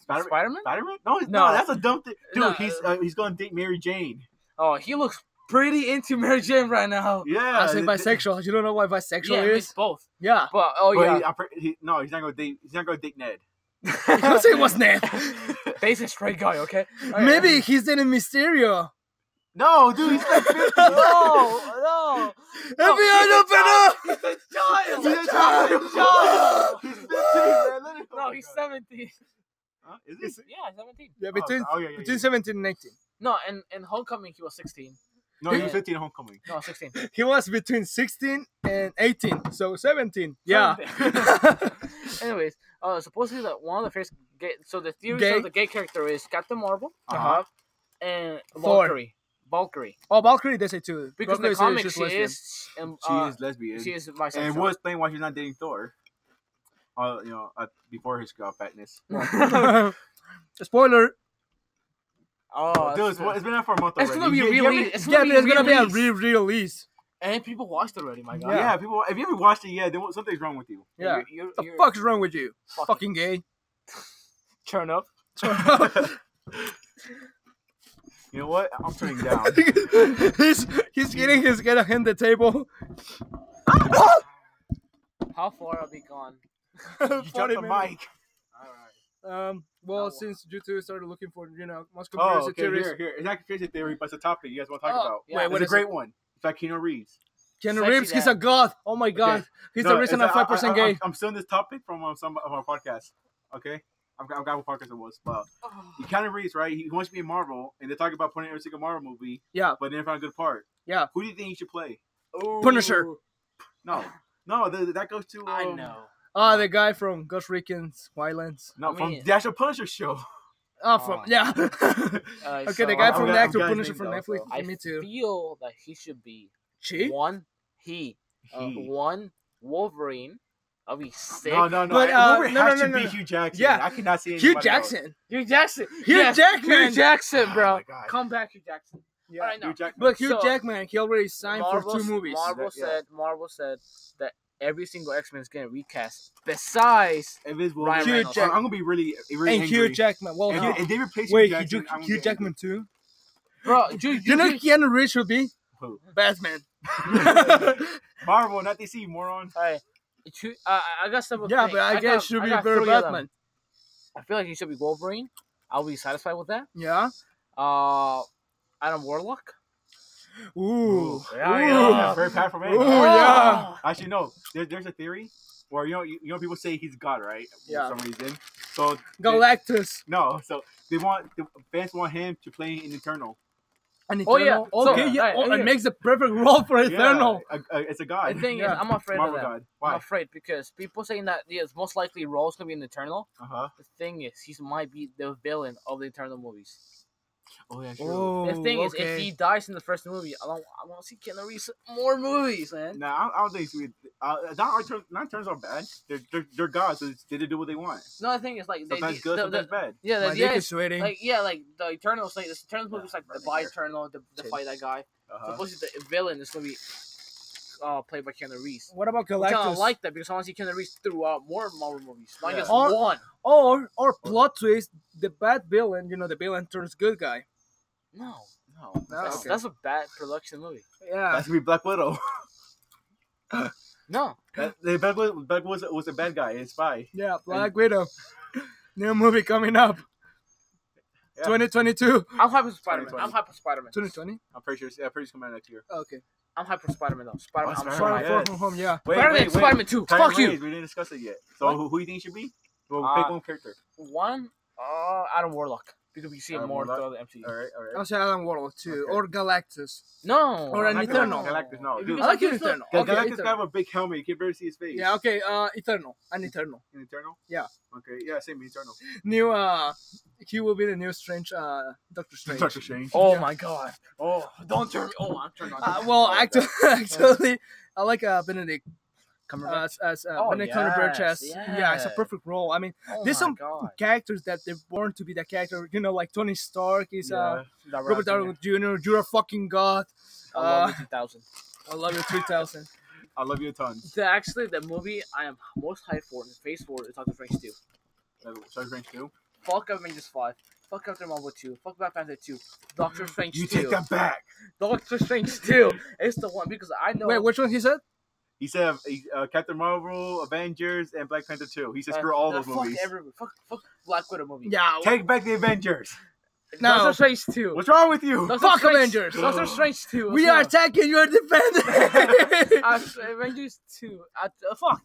S3: Spider-
S2: Spider-Man?
S3: Spider-Man? No, it's
S2: No.
S3: not. That's a dumb thing, dude.
S2: No.
S3: He's uh, he's gonna date Mary Jane.
S2: Oh, he looks pretty into Mary Jane right now.
S3: Yeah,
S4: I say
S3: th- th-
S4: bisexual. You don't know what bisexual
S2: Yeah, it's
S4: is?
S2: both.
S4: Yeah.
S2: But oh
S3: but
S2: yeah,
S3: he- I pre- he- no, he's not gonna date. He's not gonna date Ned.
S4: Don't say what's name.
S2: basic straight guy. Okay. Alright.
S4: Maybe he's dating Mysterio.
S3: No, dude, he's like 50.
S2: No, no.
S4: FBI, open up!
S2: He's a child.
S3: He's a child.
S2: He's a child.
S3: He's 15, man. Let him-
S2: No, he's
S3: Oh my God.
S2: seventeen.
S3: Huh? Is he?
S2: Yeah, seventeen.
S4: Yeah, between,
S3: oh, yeah, yeah,
S4: between
S3: yeah.
S4: 17 and 18.
S2: No, and in Homecoming he was sixteen.
S3: No, he was
S2: Yeah.
S3: 15 at homecoming.
S2: No, sixteen.
S4: He was between 16 and 18. So 17. Yeah.
S2: Anyways, uh, supposedly that one of the first gay. So the theory
S4: Gay?
S2: of the gay character is Captain Marvel,
S3: Uh-huh.
S2: and
S4: Thor.
S2: Valkyrie. Valkyrie,
S4: Oh, Valkyrie, they say too.
S2: because in the
S4: Valkyrie says
S2: comics
S4: she's
S2: she
S4: lesbian.
S2: is, and,
S3: She
S2: uh,
S3: is lesbian.
S2: she is bisexual.
S3: and we'll explain why she's not dating Thor. Uh, you know, uh, before his uh, fatness.
S4: Spoiler.
S2: oh,
S3: Dude,
S2: that's
S3: it's,
S2: true.
S3: it's been out for a month
S2: It's
S3: already.
S2: gonna be
S3: You- you
S2: really.
S3: haven't-
S2: It's
S4: Yeah,
S2: gonna
S4: but it's
S2: be
S4: gonna be a
S2: re.
S4: re-release.
S2: And people watched already, my god.
S3: yeah. people. If you ever watched it, yeah, then something's wrong with you.
S4: Yeah.
S2: You're, you're,
S4: The
S2: you're
S4: fuck's wrong with you?
S2: fucking
S4: Fucking gay.
S2: turn up.
S3: You know what? I'm turning down.
S4: he's he's getting his get on the table.
S2: How far are we gone?
S3: you dropped
S4: 40
S3: the
S4: minutes.
S3: mic.
S4: Um. Well, since you two started looking for you know most
S3: Oh,
S4: conspiracy
S3: okay.
S4: theories,
S3: Here, here. It's not conspiracy theory, but it's a topic you guys want to talk
S4: Oh,
S3: about.
S2: yeah.
S4: wait,
S3: It's
S4: what
S3: a
S4: is
S3: great one. It's like Keanu Reeves.
S4: Keanu
S2: Sexy
S4: Reeves, he's
S2: dad.
S4: a god. Oh my god, he's the
S3: No,
S4: reason
S3: it's-
S4: I'm five percent
S3: I- I-
S4: gay.
S3: I'm, I'm still in this topic from um, some of our podcast. Okay, I've got, I've got what podcast it was, but
S2: Oh.
S3: Keanu Reeves, right? He wants to be in Marvel, and they talk about putting every single Marvel movie,
S4: yeah,
S3: but they never found a good part.
S4: Yeah.
S3: Who do you think he should play?
S4: Punisher.
S2: Ooh,
S3: No, no, th- that goes to. Um,
S2: I know.
S4: Ah, the guy from Ghost Recon's Wildlands.
S3: No,
S2: I
S3: from
S2: mean-
S3: the actual Punisher show.
S4: Ah, from
S2: Oh.
S4: yeah.
S2: Uh,
S4: okay,
S2: so
S4: the guy
S2: I-
S3: I'm
S4: from the
S3: glad- I'm
S4: actual
S3: glad
S4: Punisher
S3: his
S4: from
S3: name
S4: Netflix.
S3: though,
S2: I
S4: Me too.
S2: feel that he should be
S4: She?
S2: one. He, uh,
S3: He.
S2: one Wolverine. Are we sick?
S3: No, no, no.
S4: But,
S3: I-
S4: uh,
S3: Wolverine
S4: no, no,
S3: has
S4: no,
S3: to
S4: no,
S3: be
S4: no.
S3: Hugh Jackson.
S4: Yeah.
S3: I cannot see
S4: Hugh
S3: anybody else.
S4: Jackson.
S2: Hugh Jackson.
S4: Hugh
S2: Yes,
S4: Jackman.
S2: Hugh Jackson,
S3: Oh
S2: bro.
S3: my God.
S2: Come back, Hugh Jackson.
S4: Yeah.
S2: All right, now.
S3: Hugh Jackman.
S4: But Hugh
S2: So-
S4: Jackman, he already signed for two
S2: Marvel's-
S4: movies.
S2: Marvel
S3: Yeah.
S2: said. Marvel said that every single X Men is getting recast. Besides,
S3: If
S2: Ryan
S3: it's Wolverine,
S2: Reynolds.
S3: I'm, I'm gonna be really, really
S4: and
S3: angry.
S4: Hugh Jackman. Well,
S3: If,
S4: Hugh-
S3: you, if they replace
S4: wait,
S3: Hugh
S4: Hugh,
S3: Jackman, I'm gonna
S4: Jack- Hugh
S3: be angry.
S4: Jackman too.
S2: bro, you, you,
S4: You know
S2: you-
S4: Keanu Reeves should be
S3: Who?
S4: Batman.
S3: Marvel, not DC, moron.
S2: Alright, you- uh, I- I got several.
S4: Yeah,
S2: things.
S4: but I,
S2: got-
S4: guess should
S2: I
S4: be
S2: got
S4: better
S2: three of them.
S4: Batman.
S2: I feel like he should be Wolverine. I'll be satisfied with that.
S4: Yeah.
S2: Uh, Adam Warlock.
S4: Ooh.
S2: Yeah,
S4: Ooh.
S2: yeah.
S3: Very bad for me.
S4: Ooh, yeah.
S3: Actually, no. There, there's a theory where you know you, you know people say he's God, right?
S4: Yeah.
S3: For some reason. So they,
S4: Galactus.
S3: no. So they want the fans want him to play in Eternal.
S4: And
S2: Oh, yeah.
S4: Eternal. Okay,
S2: So-
S4: yeah.
S2: Right,
S4: oh,
S2: right
S4: it
S2: here.
S4: makes the perfect role for Eternal.
S3: Yeah, a- a- it's a God.
S2: The thing is,
S4: Yeah.
S2: I'm afraid
S3: Marvel
S2: of that.
S3: God. Why?
S2: I'm afraid because people saying that yeah, it's most likely Raw's gonna be an Eternal.
S3: Uh huh.
S2: The thing is, he might be the villain of the Eternal movies.
S3: Oh yeah, sure.
S4: Oh,
S2: The thing is, if
S4: okay.
S2: he dies in the first movie, I don't. I want to see Keanu Reeves in more movies, man.
S3: Nah, I don't, I don't think it's uh, not our turn, not turns are bad. They're they're, they're gods. So it's- they do what they want.
S2: No, the thing is like they,
S3: Sometimes
S2: they-
S3: good,
S2: the-
S3: sometimes
S2: the-
S3: bad.
S2: yeah, the,
S4: my dick
S2: yeah,
S4: is sweating.
S2: like yeah, like the Eternal. Like this Eternal movie is like the
S3: running
S2: by
S3: here.
S2: Eternal, the, the
S3: Shit.
S2: fight that guy.
S3: Uh-huh.
S2: Supposedly the villain is gonna be uh, played by Keanu Reeves.
S4: what
S2: I
S4: about
S2: kind
S4: Galactus?
S2: of like that because I want to see Keanu Reeves throughout more Marvel movies, not
S3: Yeah.
S2: just
S4: Or-
S2: one.
S4: or or plot twist, the bad villain, you know, the villain turns good guy.
S2: No,
S3: No,
S2: that's,
S4: okay.
S2: that's a bad production movie.
S4: Yeah.
S3: that's gonna be Black Widow.
S2: No,
S3: That, the Black Widow, Black Widow was a bad guy. It's spy.
S4: Yeah, Black Widow. New movie coming up.
S3: Yeah.
S4: 2022.
S2: I'm hyper Spider Man. I'm
S3: 2020.
S2: hyper Spider Man.
S4: 2020?
S3: I'm pretty sure. I'm pretty sure it's coming out next year.
S4: Oh, Okay.
S2: I'm hyper Spider Man though. Spider Man.
S3: Oh,
S2: I'm
S3: Spider-Man,
S4: Far,
S2: sorry.
S3: yeah.
S4: far from home, yeah.
S3: Wait,
S2: Spider
S3: wait,
S2: Man.
S3: wait.
S2: Spider Man Two.
S3: Apparently
S2: Fuck you.
S3: is. We didn't discuss it yet. So
S2: What?
S3: who, who you think should be? Well,
S2: Uh,
S3: pick one character.
S2: One, uh, Adam Warlock because we see him
S3: Adam
S2: more
S3: Warlock.
S2: throughout the MCU.
S3: All right, all
S4: I'll
S3: right.
S4: say Alan Warlock too,
S3: Okay.
S4: or Galactus.
S2: No,
S4: Or an
S2: not
S4: Oh, Eternal.
S3: Galactus, no.
S2: If
S3: Dude,
S2: you
S4: I like
S2: guys-
S4: him Eternal.
S3: Gal-
S4: Okay,
S3: Galactus got
S4: Eternal.
S3: a big helmet. You can barely see his face.
S4: Yeah, okay, uh, Eternal. An Eternal.
S3: In Eternal.
S4: Yeah.
S3: Okay. Yeah, same with Eternal.
S4: New, uh, he will be the new Strange, uh, Doctor Strange.
S3: Doctor Strange.
S2: Oh my god. Oh, don't turn me. Oh, I'm turned on.
S4: Uh, well,
S2: Oh,
S4: actually,
S2: God.
S4: actually, I like uh, Benedict
S2: Cumberbatch.
S4: as as uh,
S2: Oh,
S4: Benedict Cumberbatch
S2: yes,
S4: as yeah, it's a
S2: yes.
S4: perfect role. I mean,
S2: Oh
S4: there's
S2: my
S4: some
S2: God.
S4: characters that they're born to be that character. You know, like Tony Stark is uh,
S2: That
S4: Robert Downey Jr. You're a fucking god.
S2: I love
S4: Uh,
S2: the 2000.
S4: I love you, 3000.
S3: I love you a ton.
S2: So actually, the movie I am most hyped for in Phase 4 is Doctor Strange 2.
S3: Uh, Doctor Strange too.
S2: Fuck Avengers 5. Fuck Captain Marvel 2. Fuck Batman 2. Doctor Strange
S3: You
S2: 2.
S3: take that back.
S2: Doctor Strange 2. It's the one because I know.
S4: Wait, which one he said?
S3: He said uh, Captain Marvel, Avengers, and Black Panther 2. He said
S2: uh,
S3: screw all
S2: no,
S3: those movies.
S2: Fuck, every, fuck, fuck Black Widow movie.
S4: Yeah.
S3: Take back the Avengers.
S4: No.
S2: Doctor Strange 2.
S3: What's wrong with you?
S2: Doctor
S4: Fuck
S2: Strange-
S4: Avengers.
S2: Doctor Strange 2.
S4: We
S2: as
S4: are
S2: well.
S4: attacking your defender.
S2: Uh, Avengers 2. Uh, uh, fuck.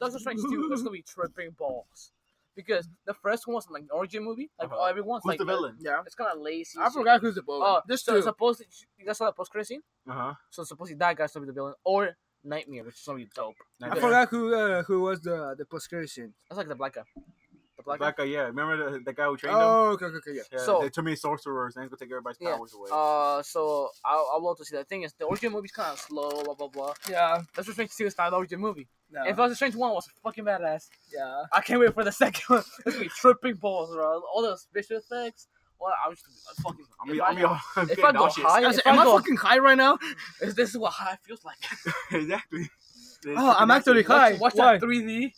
S2: Doctor Strange 2 is going to be tripping balls. Because the first one was like an origin movie. Like,
S3: Uh-huh.
S2: oh, everyone's
S3: Who's
S2: like.
S3: the villain?
S4: yeah.
S2: It's kind of lazy.
S4: I
S2: shit.
S4: forgot who's the villain.
S2: Oh,
S4: There's
S2: so
S4: two.
S2: supposedly, you guys saw that post credit scene?
S3: Uh huh.
S2: So supposedly that guy's gonna be the villain, or Nightmare, which is gonna be dope.
S4: I forgot who uh, who was the the prescription.
S2: That's like the black guy. The black,
S3: Black guy, yeah. Remember the, the guy who trained him?
S4: Oh, okay, okay, okay, yeah.
S3: Yeah,
S2: So-
S3: so, too many sorcerers, and it's gonna take everybody's
S2: Yeah,
S3: powers away.
S2: guy. Uh, so I I love to see that thing. Is the origin movie's kind of slow, blah blah blah.
S4: Yeah.
S2: That's what Strange Two is not an origin movie.
S4: No.
S2: If Doctor Strange One was fucking badass,
S4: yeah.
S2: I can't wait for the second one. It's gonna be tripping balls, bro. All those visual effects. Well, I'm just I'm fucking.
S3: I mean,
S2: if
S3: I mean, I'm,
S2: if
S3: getting
S2: I go
S3: nauseous.
S2: high-
S4: I
S2: If
S4: was like, am I
S2: go-
S4: fucking high right now?
S2: is this is what high feels like?
S3: exactly. It's
S4: Oh, I'm
S3: freaking
S4: actually
S3: nauseous.
S4: high.
S2: Watch, watch
S4: Why?
S2: that 3D.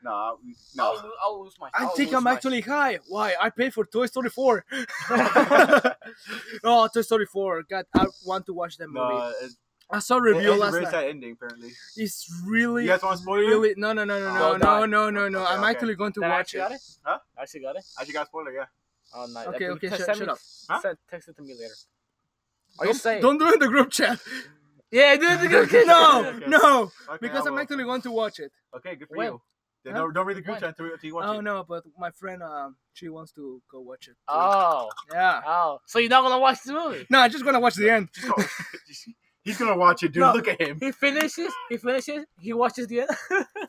S3: Nah,
S2: I'll,
S3: no.
S2: lo- I'll lose my.
S4: I
S2: I'll
S4: think
S2: lose
S4: I'm
S2: Oh, my-
S4: actually high. Why? I paid for Toy Story 4. oh, Toy Story 4. God, I want to watch that movie.
S3: No, it's,
S4: I saw a
S3: it,
S4: review
S3: it's a
S4: last
S3: very
S4: night.
S3: sad ending, apparently.
S4: It's really,
S3: You guys want to spoil it?
S4: really. No, no, no, no,
S2: Oh,
S4: no, no,
S2: die.
S4: no, no, no.
S3: Okay,
S4: I'm
S3: okay.
S4: actually going to
S2: Then I
S4: watch
S2: actually
S4: it.
S2: got it.
S3: Huh?
S2: I actually got it.
S3: I just got spoiled, yeah.
S2: Oh, no.
S4: Okay,
S2: Uh,
S4: okay,
S2: text-
S4: shut-
S2: send
S4: shut
S2: me-
S4: up.
S3: Huh?
S2: Send, text it to me later. Are you
S4: Don't-
S2: saying?
S4: Don't do it in the group chat.
S2: Yeah, dude.
S4: Okay, no,
S3: Okay.
S4: no,
S3: Okay,
S4: because
S3: I
S4: I'm
S3: will.
S4: actually going to watch it.
S3: Okay, good for
S2: When?
S3: you. Then
S4: Huh?
S3: don't, don't read the group
S2: When?
S3: chat until until you watch
S4: Oh
S3: it.
S4: no, but my friend, um, she wants to go watch it. too.
S3: Ah.
S2: Oh,
S4: Yeah.
S2: oh. So you're not gonna watch the movie?
S4: No, I'm just gonna watch the end.
S3: Just go. He's gonna watch it, dude.
S2: No.
S3: Look at him.
S2: He finishes. He finishes. He watches the end.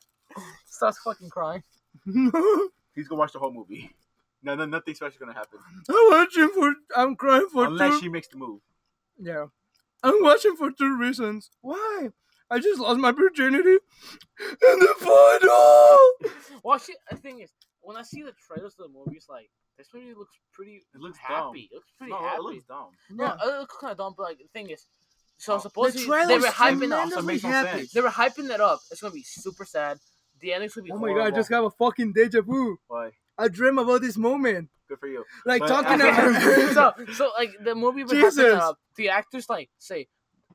S2: Starts fucking crying.
S4: I'm
S3: He's gonna watch the whole movie. No, no, nothing special gonna happen
S4: watching for. I'm crying for. two-
S3: unless she makes the move.
S4: Yeah. I'm watching for two reasons. Why? I just lost my virginity in the final!
S2: Well, shit. The thing is, when I see the trailers of the movies, like this movie looks pretty.
S3: It looks dumb.
S2: happy. It looks pretty
S3: No,
S2: happy.
S3: it looks dumb.
S2: no, it looks kind of dumb. But like, the thing is, so
S3: Oh. The
S2: supposedly they were hyping up.
S3: tremendously makes no happy. sense.
S2: They were hyping it up. It's gonna be super sad. The ending's gonna be.
S4: Oh my
S2: horrible.
S4: god, I just got a fucking deja vu.
S3: Why?
S4: I dream about this moment.
S3: Good for you.
S4: Like
S3: But-
S4: talking
S2: Okay.
S4: about.
S2: so, so like the movie was
S4: Jesus.
S2: happening, uh, the actors like say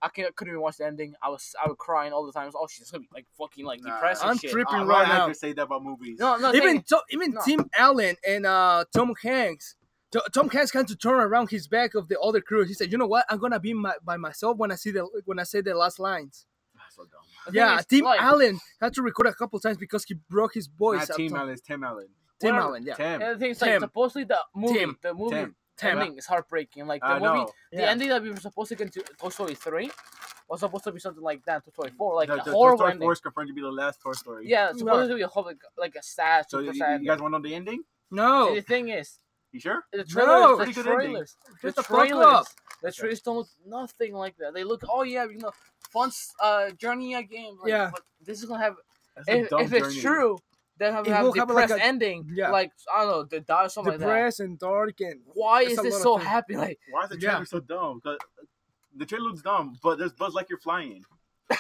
S2: I can, couldn't even watch the ending. I was I was crying all the time. Oh, she's gonna be like fucking like
S3: Nah.
S2: depressed. and
S4: I'm
S2: shit.
S4: tripping
S3: Uh,
S4: right
S3: I
S4: now.
S3: could say that about movies.
S2: No, no, thing-
S4: Even to, even
S2: No.
S4: Tim Allen and uh, Tom Hanks. To- Tom Hanks had to turn around his back of the other crew. He said, "You know what? I'm gonna be my, by myself when I see the when I say the last lines."
S3: That's so dumb.
S2: the thing
S4: Yeah,
S2: is,
S4: Tim
S2: like,
S4: Allen had to record a couple times because he broke his voice.
S3: Not
S4: at
S3: Tim
S4: Tom-
S3: Allen. It's Tim Allen.
S4: Tim
S2: Whatever.
S4: Allen, yeah.
S3: Tim.
S2: And the thing is, like
S4: Tim.
S2: supposedly the movie,
S4: Tim.
S2: the movie
S3: Tim.
S4: Tim.
S2: ending is heartbreaking. Like the
S3: I
S2: movie,
S3: know.
S2: the
S4: Yeah.
S2: ending that we were supposed to get to Toy Story three was supposed to be something like that. Toy Story four, like
S3: the,
S2: a
S3: the,
S2: horrible
S3: Toy Story
S2: ending.
S3: 4 is confirmed to be the last Toy Story.
S2: Yeah, it's
S4: No.
S2: supposed to be a whole, like, like a sad,
S3: So
S2: super
S3: you, you
S2: sad.
S3: guys want to know the ending?
S4: No,
S2: And the thing is,
S3: You sure?
S2: the
S4: No,
S2: trailers,
S3: pretty
S2: the
S3: good ending.
S2: trailers,
S4: Shut
S2: the
S4: the fuck
S2: trailers,
S4: up.
S2: the trailers don't look nothing like that. They look, oh yeah, you know, fun s- uh, journey again. Like,
S4: Yeah.
S2: But this is gonna have
S3: That's a
S2: if,
S3: dumb
S2: if it's
S3: journey.
S2: true, then have,
S4: It
S2: have a
S4: will have, like,
S2: depressed
S4: a-
S2: ending.
S4: yeah.
S2: Like I don't know, the die or something like that.
S4: depressed and dark and
S2: Why
S4: it's
S2: is
S4: a lot
S2: this
S4: of
S2: so
S4: things.
S2: happy? Like
S3: Why is the
S4: Yeah.
S3: trailer so dumb? 'Cause uh, The trailer looks dumb, but there's buzz like you're flying.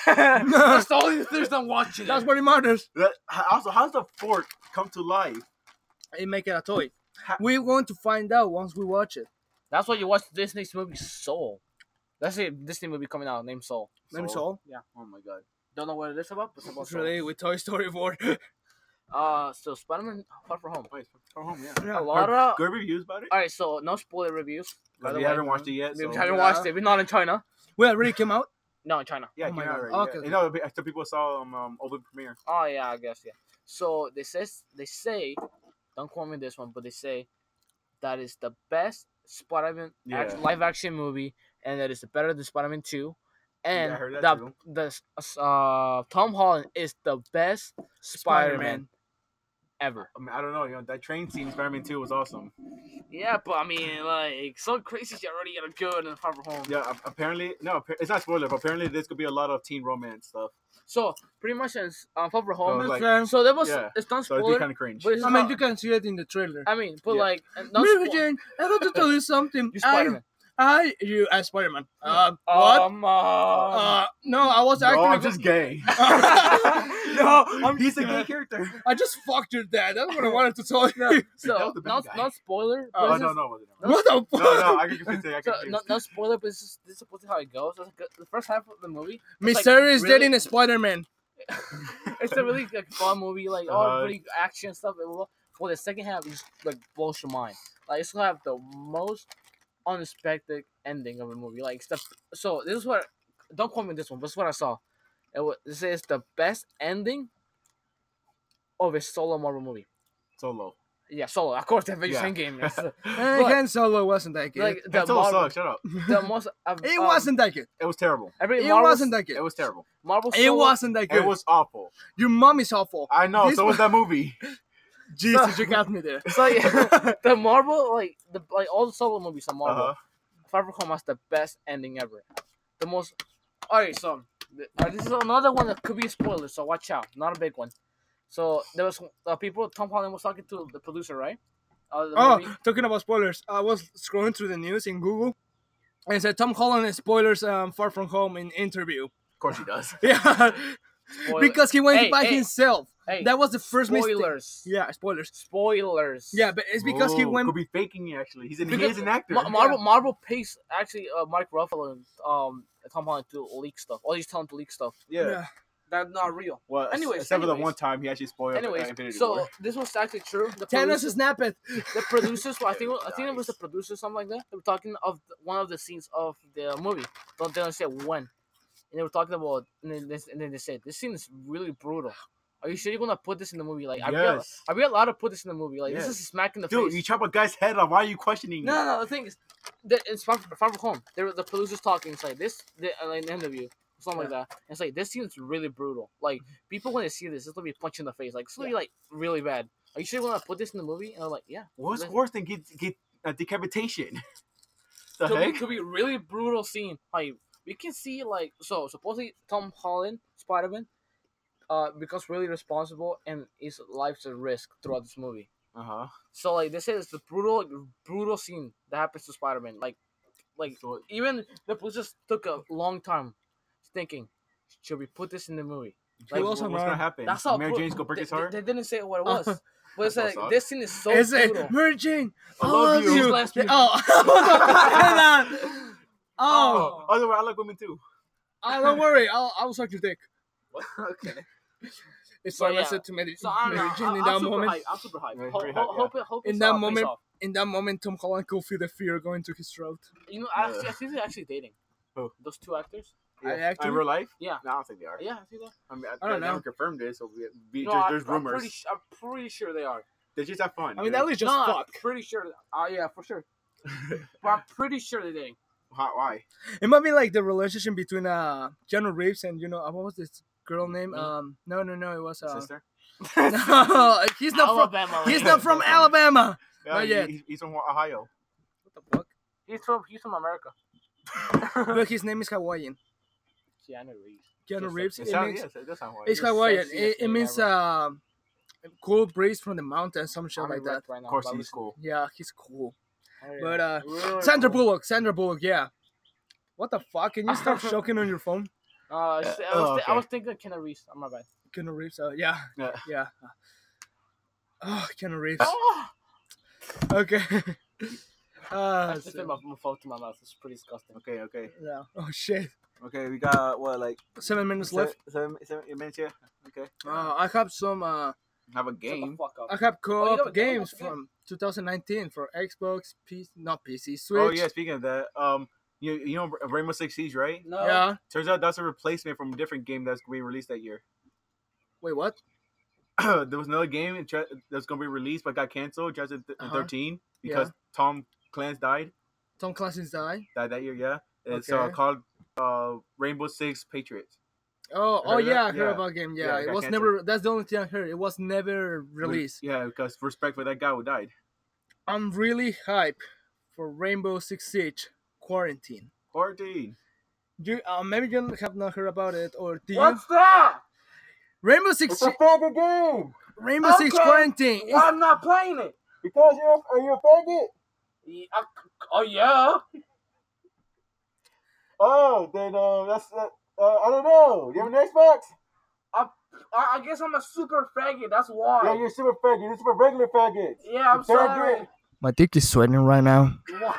S2: that's the only thing I'm watching.
S4: That's what it matters.
S3: That- how- Uh, Also, how does the fork come to life?
S4: It make it a toy.
S3: Ha-
S4: We're going to find out once we watch it.
S2: That's why you watch Disney's movie Soul. That's a Disney movie coming out named Soul.
S4: Let me solve.
S3: Oh my god.
S2: Don't know what it is about, but it's about
S4: It's
S2: Soul.
S4: related with Toy Story 4.
S2: Uh, so Spider-Man Far From Home.
S3: Wait, go home, yeah.
S2: A
S4: Yeah.
S2: lot of.
S3: Good reviews about it?
S2: All right, so no spoiler reviews. by
S3: Because
S2: the
S3: we
S2: way.
S3: haven't watched it yet.
S2: We
S3: So.
S2: haven't
S4: Yeah.
S2: watched it. We're not in China.
S4: well, it really came out.
S2: No, in China.
S3: Yeah,
S4: Oh
S3: it
S4: my
S3: came out
S4: God.
S3: already, yeah.
S4: Okay, okay.
S3: You know, I think people saw um, um open premiere.
S2: Oh yeah, I guess yeah. So they says they say, don't quote me this one, but they say that is the best Spider-Man
S3: Yeah.
S2: act- live-action movie, and that is better than Spider-Man Two, and
S3: I heard that
S2: the
S3: too.
S2: the s- uh Tom Holland is the best Spider-Man,
S4: Spider-Man.
S2: ever.
S3: I, mean, I don't know. You know that train scene, in Spider-Man Two, was awesome.
S2: Yeah, but I mean, like some crazy shit already gotta go in the proper home.
S3: Yeah, a- apparently, no, appa- it's not spoiler, but apparently this could be a lot of teen romance stuff.
S2: So pretty much it's uh, proper home.
S3: it's like-
S4: Okay.
S2: so that was
S3: yeah.
S2: it's not
S3: So it'd be
S2: spoiler.
S3: kind of cringe.
S2: but it's
S4: I
S2: not-
S4: mean, you can see it in the trailer.
S2: I mean, but
S3: Yeah.
S2: like and not
S4: Mary
S2: spoil-
S4: Jane, I got to tell you something.
S2: You
S4: I,
S2: Spider-Man. Mm.
S4: I, you, as Spider-Man. Uh, what?
S2: Um, uh,
S4: uh, no, I was
S3: no,
S4: actually.
S3: I'm just gay.
S4: no, I'm
S3: He's a
S4: just-
S3: gay character.
S4: I just fucked your dad. That's what I wanted to tell you.
S3: that
S2: so
S3: was the bad
S2: not
S3: guy.
S2: not spoiler. but
S3: Oh
S2: it's
S3: no,
S2: just-
S3: no, wasn't it?
S4: what the fuck?
S3: No, no, I can confuse it. I
S2: So,
S3: can
S2: no, no spoiler, but it's just, this is supposed to how it goes. It's good. The first half of the movie, it's like,
S4: Mysterio is
S2: really-
S4: dating a Spider-Man.
S2: it's a really like, fun movie, like
S3: Uh-huh.
S2: all pretty action stuff. And blah. for the second half, it just like blows your mind. Like it's gonna have the most unexpected ending of a movie. Like stuff. So this is what. Don't quote me this one, but this is what I saw. It was this is the best ending of a solo Marvel movie.
S3: Solo.
S2: Yeah, solo. Of course, the Avengers
S3: Yeah.
S2: Endgame. That's the,
S4: And Uh, Han Solo wasn't that good.
S2: like the
S3: That Solo
S2: Marvel,
S3: sucks. Shut up.
S2: the most. Av-
S4: it
S2: um,
S4: wasn't that good.
S3: It was terrible.
S2: Every
S4: It
S2: Marvel,
S4: wasn't that
S3: It
S4: good.
S3: was terrible.
S2: Marvel.
S4: It
S2: solo-
S4: wasn't that good.
S3: It was awful.
S4: Your mom is awful.
S3: I know.
S4: This
S3: so was that movie. Uh-huh.
S4: Jesus, you got me there.
S2: So yeah, the Marvel like the like all the solo movies on Marvel.
S3: Uh-huh.
S2: Far From Home has the best ending ever. The most. Alright, so th- uh, this is another one that could be a spoiler, so watch out. Not a big one. So there was uh, people. Tom Holland was talking to the producer, right? Uh, the
S4: Oh,
S2: movie.
S4: talking about spoilers, I was scrolling through the news in Google, and it said Tom Holland spoilers um, Far From Home in interview.
S3: Of course he does.
S4: Yeah,
S2: Spoil-
S4: because he went
S2: Hey,
S4: by
S2: hey.
S4: himself.
S2: hey,
S4: That was the first mistake.
S2: spoilers.
S4: Yeah, spoilers.
S2: Spoilers.
S4: Yeah, but it's because he
S3: Ooh,
S4: went.
S3: Oh, Could be faking it actually. He's an he
S2: Because-
S3: is an actor.
S2: Ma- Marvel, Marvel pays actually uh, Mark Ruffalo and um, Tom Holland to leak stuff. All these talent to leak stuff.
S3: yeah.
S4: Yeah.
S2: That's not real.
S3: Well,
S2: Anyways,
S3: anyways, except for the
S2: anyways.
S3: one time he actually spoiled uh,
S2: Anyways,
S3: Infinity
S2: so
S3: War.
S2: this was actually true. The
S4: Thanos
S2: producer-
S4: snap it.
S2: the producers, well, I think, I think it was the
S3: Nice.
S2: producers, something like that. They were talking of the- one of the scenes of the movie. Don't they don't say when, and they were talking about, and then, they, and then they said, "This scene is really brutal. Are you sure you're gonna put this in the movie? Like, are, we, al-
S3: Yes.
S2: are we allowed to put this in the movie? Like, this
S3: Yes.
S2: is a smack in the
S3: Dude,
S2: face."
S3: you chop a guy's head off. Why are you questioning?
S2: no, no,
S3: it?
S2: no. The thing is, that it's far, far from home. There were the producers talking. It's like this, the, uh, like, an interview, something like that. And it's like this scene's really brutal. Like people when they see this, it's gonna be a punch in the face. Like it's gonna be like really bad. Are you sure you wanna put this in the movie? And I'm like, yeah.
S3: What's
S2: Listen.
S3: worse than get get a decapitation? the
S2: could be,
S3: heck?
S2: could be really brutal scene. Like we can see like so supposedly Tom Holland Spider Man, uh, becomes really responsible and his life's at risk throughout this movie.
S3: Uh huh.
S2: So like they say it's the brutal brutal scene that happens to Spider Man. Like like
S3: So
S2: even the police just took a long time thinking, should we put this in the movie? Like,
S3: what's
S4: also
S3: gonna
S4: not-
S3: happen?
S2: That's how
S3: Mary
S2: bru-
S3: Jane's gonna break
S2: they,
S3: his heart.
S2: They, they didn't say what it was. But it's
S3: That's
S2: like
S3: how it
S2: this scene is so
S4: It's it.
S2: brutal.
S4: Mary Jane,
S3: I
S4: I
S3: love
S4: love
S3: you.
S4: you.
S2: Bless me.
S4: Oh, what the fuck is that? Oh,
S3: Oh, otherwise I like women too.
S4: oh, don't worry. I'll, I'll suck your dick.
S2: okay.
S4: It's
S2: So,
S4: what I
S2: yeah.
S4: said to Mary,
S2: So I don't know.
S4: Mary Jane
S2: I,
S4: in
S2: am
S4: that
S2: super
S4: moment.
S2: Hyped. I'm super hyped.
S3: Yeah,
S2: Ho-
S3: very
S2: ho-
S3: hyped,
S2: hope, it- hope
S4: In
S2: it's,
S4: that
S2: uh, pays
S4: moment-
S2: off.
S4: In that moment, Tom Holland could feel the fear going to his throat.
S2: You know, I,
S3: Yeah.
S2: actually, I think they're actually dating.
S3: Who?
S2: Those two actors?
S4: I actually-
S3: in real life?
S2: Yeah.
S3: No, I don't think they are.
S2: Yeah, I think that.
S3: I mean, I,
S4: I don't
S3: they
S4: know.
S3: haven't confirmed this. So we, we,
S2: No,
S3: there's,
S2: I,
S3: there's
S2: I'm
S3: rumors.
S2: Pretty, su- I'm pretty sure they are.
S3: they just have fun.
S4: I mean,
S3: dude.
S4: that was just
S2: no,
S4: fuck.
S2: I'm pretty sure. Oh, yeah, for sure. but I'm pretty sure they're dating.
S3: Why- why?
S4: It might be like the relationship between uh Keanu Reeves and you know uh, what was this girl name?
S2: Me?
S4: Um, no, no, no, it was uh,
S3: Sister?
S4: no, he's not from
S2: Alabama.
S4: he's not from Alabama.
S3: Yeah,
S4: not
S3: he-
S4: yet.
S3: He's, he's from Ohio.
S4: What the fuck?
S2: He's from, he's from America.
S4: But his name is Hawaiian.
S2: Keanu Reeves.
S4: Keanu
S2: Yes,
S4: Reeves.
S3: It
S4: It
S3: sounds,
S4: means,
S3: yes, it does sound Hawaiian.
S4: it's
S2: You're
S4: Hawaiian.
S2: sexy as
S4: It, it
S2: hell
S4: means
S2: ever.
S4: uh, cool breeze from the mountain, some shit
S2: I'm
S4: like that.
S2: erect Right now,
S3: Of course,
S2: but
S3: he's cool.
S4: Yeah, he's cool.
S2: I was-
S4: But uh,
S2: Really
S4: Sandra
S2: cool.
S4: Bullock. Sandra Bullock. Yeah. What the fuck? Can you stop choking on your phone?
S2: Uh, I was- I,
S3: oh,
S2: was thi- I
S3: okay.
S2: was thinking of Keanu Reeves. I'm my bad.
S4: Keanu Reeves. Uh, yeah.
S3: Yeah.
S4: Yeah. Oh, Keanu Reeves.
S2: Oh,
S4: Okay.
S2: I
S4: Uh,
S2: just put my, my phone to my mouth. It's pretty disgusting.
S3: Okay, okay.
S4: yeah. Oh shit.
S3: Okay, we got, what, like
S4: Seven minutes
S3: seven,
S4: left.
S3: seven, seven minutes here? Okay.
S4: Uh, I have some. Uh,
S3: Have a
S2: Shut the
S3: game.
S2: fuck up.
S4: I have co-op
S2: Oh, you got- you
S4: games
S2: got the game.
S4: from 2019 for Xbox, PC, not PC, Switch.
S3: Oh, yeah, speaking of that, um, you, you know Rainbow Six Siege, right?
S2: No.
S4: Yeah.
S3: Turns out that's a replacement from a different game that's being released that year.
S4: Wait, what?
S3: there was another game in Tre- that's gonna be released but got canceled, Chess
S4: Uh-huh.
S3: thirteen because Tom Clancy died
S4: Tom Clancy's die.
S3: died that year. Yeah, it's uh,
S4: Okay.
S3: called uh, Rainbow Six Patriots. You
S4: Oh, oh
S3: heard of that?
S4: yeah, I heard
S3: Yeah.
S4: about game. Yeah,
S3: Yeah, it
S4: it
S3: got
S4: was never. That's the only thing I heard. It was never released.
S3: Yeah, because respect for that guy who died.
S4: I'm really hype for Rainbow Six Siege Quarantine.
S3: Quarantine.
S4: You uh, maybe you have not heard about it, or do you?
S2: What's that?
S4: Rainbow Six
S2: It's a faggot game.
S4: Rainbow Six
S2: Okay.
S4: Quarantine. It's-
S2: Why I'm not playing it?
S3: Because you're are you a faggot?
S2: Yeah, I, oh yeah.
S3: Oh, then uh, that's uh, uh, I don't know. You have an Xbox?
S2: I, I guess I'm a super faggot. That's why. Yeah,
S3: a super faggot. You're a super regular faggot.
S2: I'm sorry.
S4: My dick is sweating right now.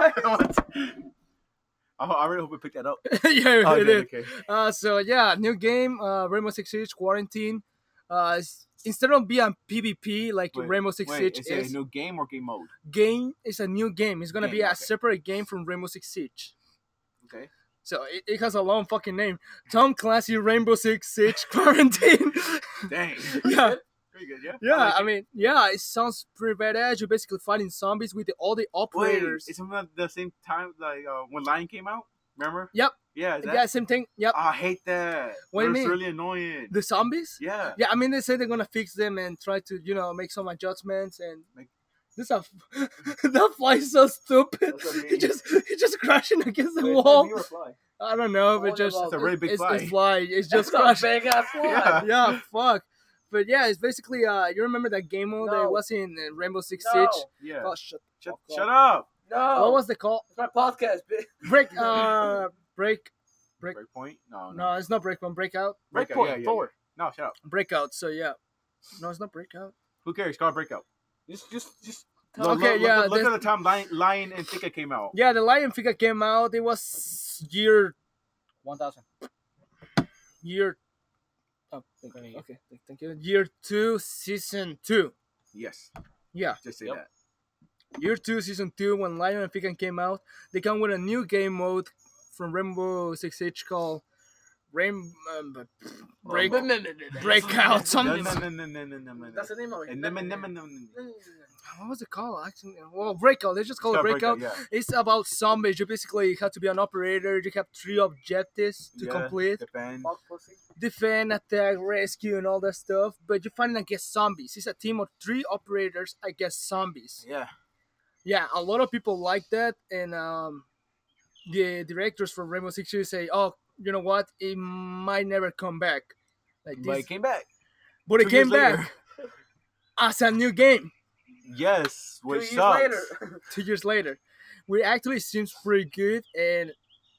S2: What?
S3: I, I really hope we picked that up.
S4: yeah,
S3: Oh,
S4: it
S3: good,
S4: is.
S3: okay.
S4: Uh, so yeah, new game, uh, Rainbow Six Siege Quarantine. Uh, s- instead of being PvP like
S3: Wait,
S4: Rainbow Six
S3: Wait,
S4: Siege
S3: is it
S4: is,
S3: a new game or game mode?
S4: game is a new game. It's gonna be
S3: Game,
S4: a
S3: okay.
S4: separate game from Rainbow Six Siege.
S3: Okay.
S4: So it, it has a long fucking name. Tom Clancy Rainbow Six Siege Quarantine.
S3: Dang.
S4: yeah,
S3: Pretty good, yeah.
S4: yeah.
S3: like
S4: I
S3: it.
S4: mean, yeah. It sounds pretty badass. You're basically fighting zombies with the, all the
S3: Wait,
S4: operators.
S3: it's about the same time like uh, when Lion came out. Remember?
S4: Yep.
S3: Yeah. Is that? Ah.
S4: yeah, same thing. Yep.
S3: I hate that.
S4: What do you
S3: it's
S4: mean?
S3: really annoying.
S4: the zombies.
S3: yeah.
S4: Yeah, I mean they say they're gonna fix them and try to you know make some adjustments and
S3: Like-
S4: this a that fly's so stupid.
S3: That's what I
S4: He
S3: mean.
S4: just he just crashing against the
S3: Wait,
S4: wall.
S3: you were fly.
S4: I don't know, but
S2: What
S4: just
S2: about- It's
S3: a really big
S4: it's,
S3: fly.
S4: It's fly. It's
S2: That's
S4: just
S2: a
S4: crashing.
S2: big ass one.
S3: Yeah.
S4: yeah, fuck. But yeah, it's basically uh you remember that game mode that
S2: No.
S4: was in uh, Rainbow Six
S2: No.
S4: Siege?
S3: Yeah.
S4: Oh, shut,
S3: shut,
S4: fuck up.
S3: shut up.
S2: No.
S4: What was the call?
S2: it's my podcast, bitch?
S4: Break uh break Break-
S3: Breakpoint? No.
S4: no, it's not break one, breakout.
S3: Breakout, yeah, yeah, yeah.
S2: Thor.
S3: No, shut up.
S4: Breakout, so yeah. No, it's not breakout.
S3: Who cares? It's called Breakout.
S2: Just, just, just.
S3: Look- look-
S4: Okay,
S3: look,
S4: yeah,
S3: Look,
S4: there's-
S3: at the time Lion, Lion and Tika came out.
S4: Yeah, the Lion figure came out. It was year
S2: One thousand.
S4: year oh, thank you. okay th- thank you year two season two
S3: Yes.
S4: yeah
S3: Just say
S2: Yep.
S3: that.
S4: year two season two when lion and Figan came out they come with a new game mode from rainbow six siege called rain um, break breakout something
S3: No, no, no, no, no, no, no, no.
S2: That's the name of it.
S3: And then- and then- and then-
S4: what was it called actually well breakout they just call it
S3: Yeah,
S4: breakout
S3: yeah.
S4: it's about zombies you basically have to be an operator you have three objectives to
S3: Yeah,
S4: complete
S3: Defend.
S2: Fuck pussy.
S4: defend, attack, rescue, and all that stuff. But you're fighting against zombies. It's a team of three operators against zombies.
S3: Yeah.
S4: Yeah, a lot of people like that, and um, the directors from Rainbow Six Siege say, "Oh, you know what? It might never come back." Like this,
S3: But it came back.
S4: but it
S3: two years
S4: came back
S3: later.
S4: as a new game
S3: Yes.
S2: Two
S3: Which
S2: years
S3: sucks.
S2: later.
S4: two years later, which actually seems pretty good. And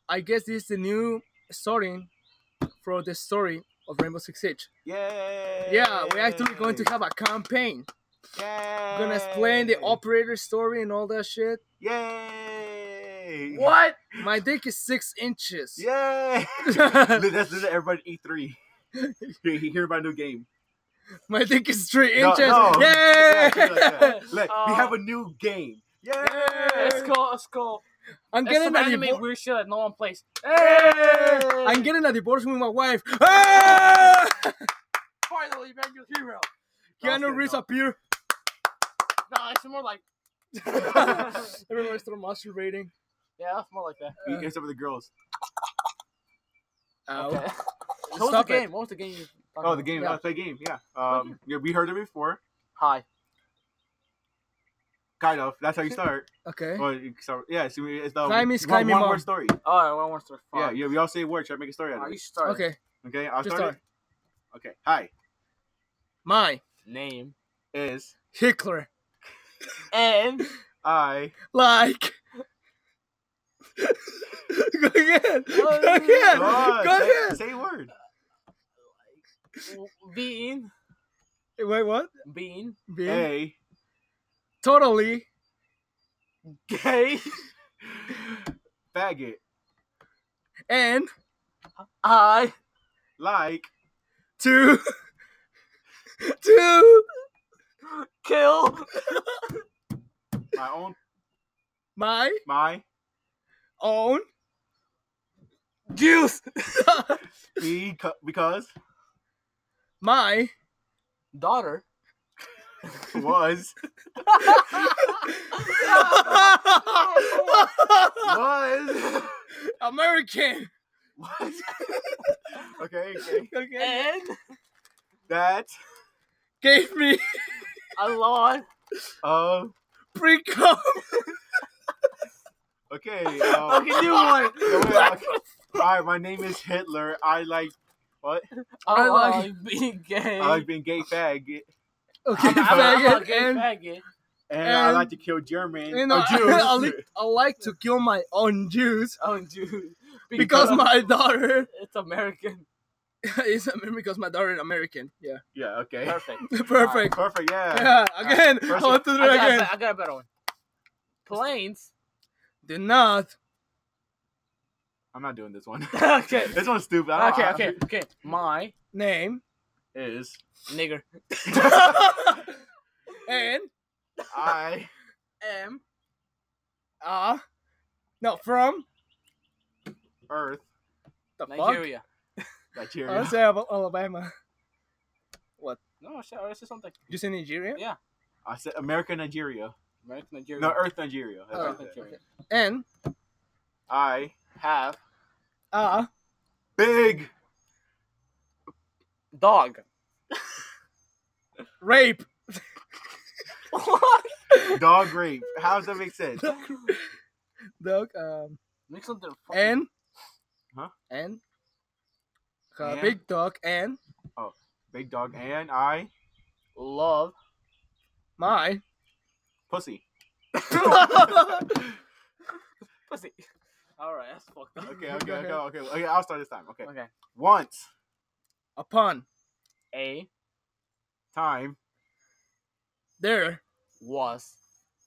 S4: I guess this is the new starting for the story of Rainbow Six Siege.
S3: Yay.
S4: Yeah, we're actually going to have a campaign.
S3: Yay.
S4: gonna explain the operator story and all that shit.
S3: Yay.
S2: what?
S4: My dick is six inches.
S3: Yay. Look, That's this is everybody at E3. You hear about a new game.
S4: My dick is three
S3: No,
S4: inches.
S3: no.
S4: Yay!
S3: Yeah, something like that. Look, we
S2: Uh,
S3: have a new game. Yay.
S2: It's called. It's called.
S4: I'm
S2: It's some
S4: getting a
S2: anime
S4: divorce.
S2: weird shit that no one plays.
S4: I'm getting a divorce with my wife. Ah!
S2: Finally, man, you're a hero.
S4: Keanu Reeves appear.
S2: No, it's more like.
S4: Everyone start masturbating.
S2: Yeah, that's more like that.
S3: You hear some of the girls.
S4: Ow.
S2: Okay. Oh. What was the
S4: Stop it.
S2: game? What was the game? You were talking
S3: Oh, the
S2: about?
S3: game.
S4: Yeah.
S3: Yeah. Play game. Yeah. Um, yeah. We heard it before.
S2: Hi.
S3: Kind of. That's how you start.
S4: Okay.
S3: Well, you start yeah. So it's the
S4: Climb is
S3: one,
S4: climbing
S3: one
S4: mom.
S3: word story.
S2: Oh, I want to start.
S3: Yeah. Yeah. We all say a word. Try to make a story out
S2: Alright,
S3: of
S2: you
S3: it.
S2: start.
S4: Okay.
S3: Okay. I'll
S4: Just
S3: start. it? Okay. Hi.
S4: My
S2: Name.
S3: Is
S4: Hitler
S2: And
S3: I
S4: like. Go again.
S2: Oh,
S4: Go again.
S3: God,
S4: Go
S3: say,
S4: ahead.
S3: Say a word.
S2: being
S4: Wait, what?
S2: being
S4: Being
S3: A
S4: totally
S2: gay.
S3: faggot
S4: and
S2: I
S3: like
S4: two two
S2: kill
S3: my own
S4: my
S3: my
S4: own
S2: juice.
S3: beca- because
S4: my
S2: daughter.
S3: was was
S4: American.
S3: was okay. Okay.
S4: Okay.
S2: and
S3: That
S4: Gave me
S2: a lot.
S3: um
S4: pre cum.
S3: okay.
S4: Oh,
S3: Um,
S2: Okay, new one.
S3: so wait, okay. All right. My name is Hitler. I like what?
S2: I
S4: like-
S2: like being gay.
S3: I like being gay fag, and,
S4: Okay,
S2: I'm, I'm, I'm a
S4: faggot.
S2: gay
S4: And,
S2: faggot.
S3: I
S4: And-
S3: like to kill German.
S4: you know,
S3: or
S4: I,
S3: Jews.
S4: I li- I like to kill my own Jews
S2: Oh, dude.
S4: because my daughter
S2: It's American.
S4: is because my daughter is American. Yeah.
S3: yeah. Okay.
S2: Perfect.
S4: Perfect.
S3: Perfect. Yeah.
S4: Yeah. Again, I want to do
S2: I
S4: it
S2: got, a
S4: again.
S2: be- I got a better one. Planes.
S4: Do not.
S3: I'm not doing this one.
S2: okay.
S3: this one's stupid. I don't-
S2: Okay,
S3: I-
S2: okay, okay. My
S4: Name.
S3: Is
S2: nigger.
S4: and
S3: I
S2: M.
S4: uh no from
S3: Earth
S4: the fuck?
S2: Nigeria.
S4: I
S3: Nigeria?
S4: say about Alabama.
S2: No, shit, I said something.
S4: You say Nigeria?
S2: Yeah.
S3: I said America, Nigeria.
S2: American Nigeria.
S3: No, Earth, Nigeria. That's
S4: Oh,
S3: what I
S2: American
S3: said.
S2: Nigeria.
S4: And
S3: I have
S4: uh
S3: big
S2: Dog.
S4: rape.
S3: dog rape. How does that make sense?
S4: Dog um
S2: Make something fucking-
S4: and
S3: Huh?
S4: and a
S3: And?
S4: big dog and
S3: Big dog and I
S2: love.
S4: my
S3: pussy.
S2: Pussy. Alright, that's fucked up.
S3: Okay, okay, okay, okay, okay. I'll start this time. Okay,
S2: Okay.
S3: once
S4: upon
S2: A
S3: time
S4: there
S2: was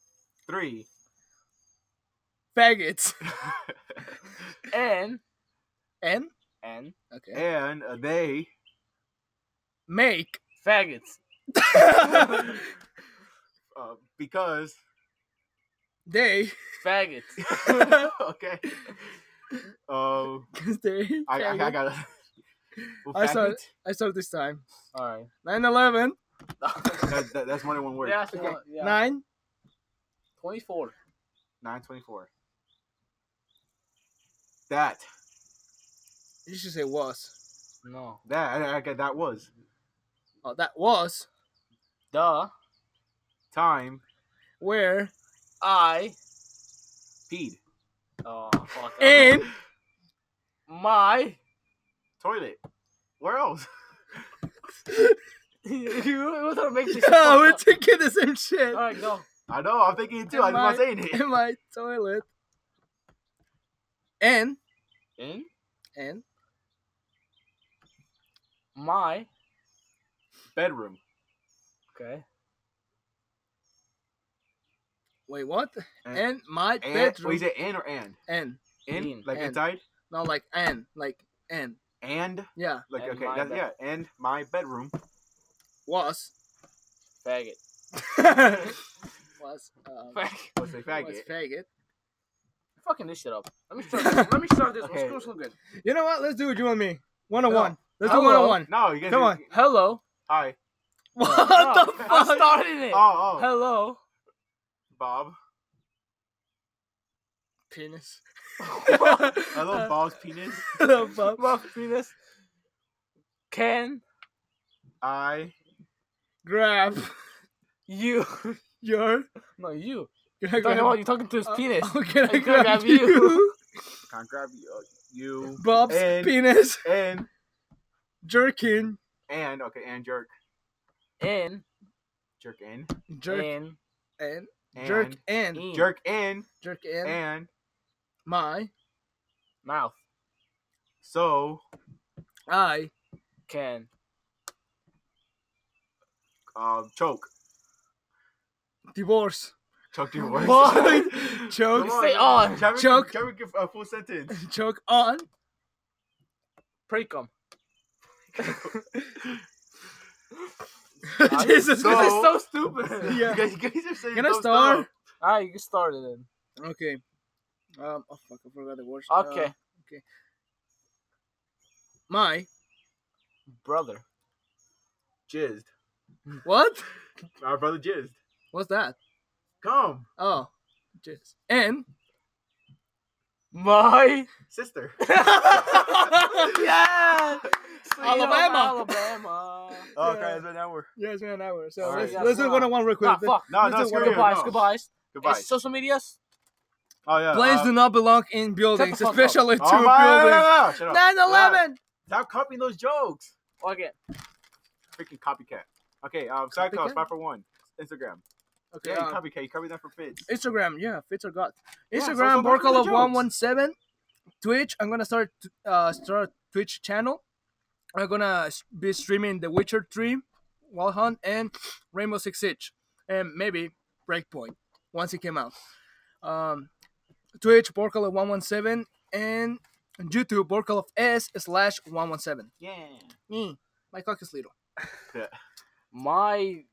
S3: three
S4: faggots
S2: N
S4: and
S2: N
S4: okay
S3: and they
S4: make
S2: faggots.
S3: uh, because
S4: they
S2: Faggots.
S3: okay. Oh,
S4: because they
S3: I, I, I
S4: faggot.
S3: got.
S4: I saw- I saw this time
S2: Alright.
S4: 9 11
S3: That, that, that's more than one word.
S2: yeah,
S4: Okay.
S2: so, yeah.
S4: 9
S2: Twenty four.
S3: Nine twenty-four. That
S4: you should say was
S2: No.
S3: that I, I, got- that was
S4: oh that was
S2: Duh.
S3: time
S4: where
S2: I
S3: peed
S2: Oh fuck.
S4: in
S2: my
S3: toilet. Where else?
S2: you was gonna make this shit
S4: yeah, we're
S2: fucked
S4: thinking the same shit
S2: up. Alright, go.
S3: I know. I'm thinking it too. I'm not saying it.
S4: in my toilet and
S2: In
S4: and
S2: my
S3: Bedroom.
S2: Okay.
S4: wait what
S3: And-
S4: and my
S3: And,
S4: bedroom
S3: Wait, is it and or and?
S4: and
S3: In
S2: In.
S3: like
S4: And.
S3: inside.
S4: not like and like and
S3: And
S4: yeah
S3: like
S2: And
S3: okay,
S2: my
S3: that's, yeah.
S2: bed-
S3: And my bedroom.
S4: was
S2: Faggot.
S4: was um,
S2: Faggot.
S3: Was a
S4: was
S3: faggot.
S4: faggot
S2: Fucking this shit up. Let me start this. Let me start this.
S3: Okay.
S2: Let's go something good.
S4: you know what let's do it you and me one on one let's do
S2: Hello.
S4: one on one
S3: No, you guys.
S4: Come on.
S2: Hello.
S3: Hi.
S4: what the
S2: Oh, I
S4: fuck
S2: started it.
S3: Oh, oh,
S2: Hello.
S3: Bob.
S4: penis Uh,
S3: Hello, Bob's penis.
S4: Hello, Bob.
S2: Love penis. Can
S3: I
S4: grab
S2: you?
S4: your
S2: No, you.
S4: can
S2: You're
S4: I
S2: talking
S4: grab
S2: about you talking to his penis.
S4: Oh, can
S2: Can I
S4: I grab,
S2: grab
S4: you?
S2: you?
S3: can't grab you. uh, You
S4: Bob's
S3: And-
S4: penis
S3: and
S4: jerking
S3: and okay and jerk
S2: In.
S3: jerk in
S4: jerk
S2: In.
S4: and,
S3: and
S4: jerk and
S2: In.
S3: jerk in
S4: jerk and,
S3: and
S4: my
S2: Mouth.
S3: so
S4: I
S2: Can.
S3: um choke
S4: divorce
S3: choke your words.
S4: What?
S3: Come
S4: Choke.
S2: Say "Oh." on.
S3: Jeremy,
S4: Choke.
S3: Jeremy, give a full sentence.
S4: choke on
S2: Precum.
S4: Jesus
S3: So-
S2: This
S4: Christ.
S2: is so stupid.
S4: Yeah.
S3: You guys, you guys are saying
S4: Can I
S3: dumb
S4: start?
S3: stuff.
S2: Alright, you can start it then.
S4: Okay. Um. Oh fuck! I forgot the words. Uh,
S2: Okay,
S4: my
S2: brother.
S3: Jizzed.
S4: What?
S3: Our brother jizzed.
S4: What's that?
S3: Come,
S4: Oh, just and
S2: My
S3: sister.
S2: yeah,
S4: Alabama.
S2: Alabama.
S3: Oh,
S4: Yeah.
S3: okay, it's been an hour.
S4: yeah, it's been an hour. So
S3: All
S4: let's,
S2: right.
S4: let's do one on one real quick.
S2: Nah, Ah, fuck.
S3: No,
S4: Let's
S3: no,
S4: do
S3: it's
S4: one
S3: great.
S4: on one.
S2: Goodbyes, goodbyes.
S3: Goodbye.
S2: It's social medias.
S3: oh yeah.
S4: Planes
S3: uh,
S4: do not belong in
S2: Shut
S4: buildings,
S2: the fuck
S4: especially two
S3: oh, my, no,
S4: buildings.
S3: no, no, shut up.
S4: 9/11.
S3: Stop copying those jokes.
S2: Okay.
S3: Freaking copycat. Okay, um, side
S4: Copycat?
S3: calls five for one. Instagram.
S4: Okay.
S3: Yeah, you
S4: uh,
S3: copycat. You copied that for Fitz.
S4: Instagram, yeah, Fitz or God.
S3: Yeah, so-
S4: Instagram,
S3: so those are the
S4: Borkle of
S3: jokes.
S4: one one seven. Twitch, I'm gonna start t- uh start a Twitch channel. I'm gonna s- be streaming The Witcher Three, Wild Hunt, and Rainbow Six Siege, and maybe Breakpoint once it came out. Um, Twitch, Borkle of one one seven, and YouTube, Borkle of S slash one one seven.
S2: Yeah.
S4: Me, my cock is little.
S2: My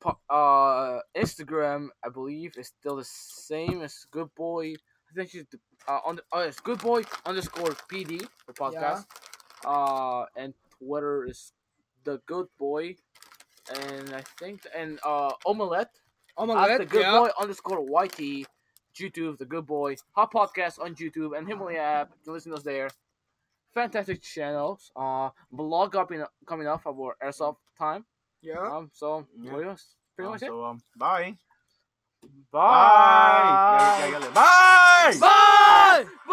S2: po- uh Instagram, I believe, is still the same as Good Boy. I think she's the- uh, on the, oh, it's Good Boy underscore PD for podcast. Uh, and Twitter is the Good Boy, and I think and uh Omelette
S4: Oh
S2: at
S4: my
S2: the
S4: god,
S2: Good
S4: yeah.
S2: Boy underscore YT. YouTube, the Good Boy, Hot Podcast on YouTube and Himalaya app. You can listen to us there. Fantastic channels. Uh, blog up in, coming up for airsoft time.
S4: yeah.
S2: Um, so
S3: Yeah.
S2: pretty much, pretty
S3: Um,
S2: much
S3: so, um,
S2: it.
S3: bye. Bye. Yeah, yeah, yeah, yeah. Bye.
S2: Bye. Bye.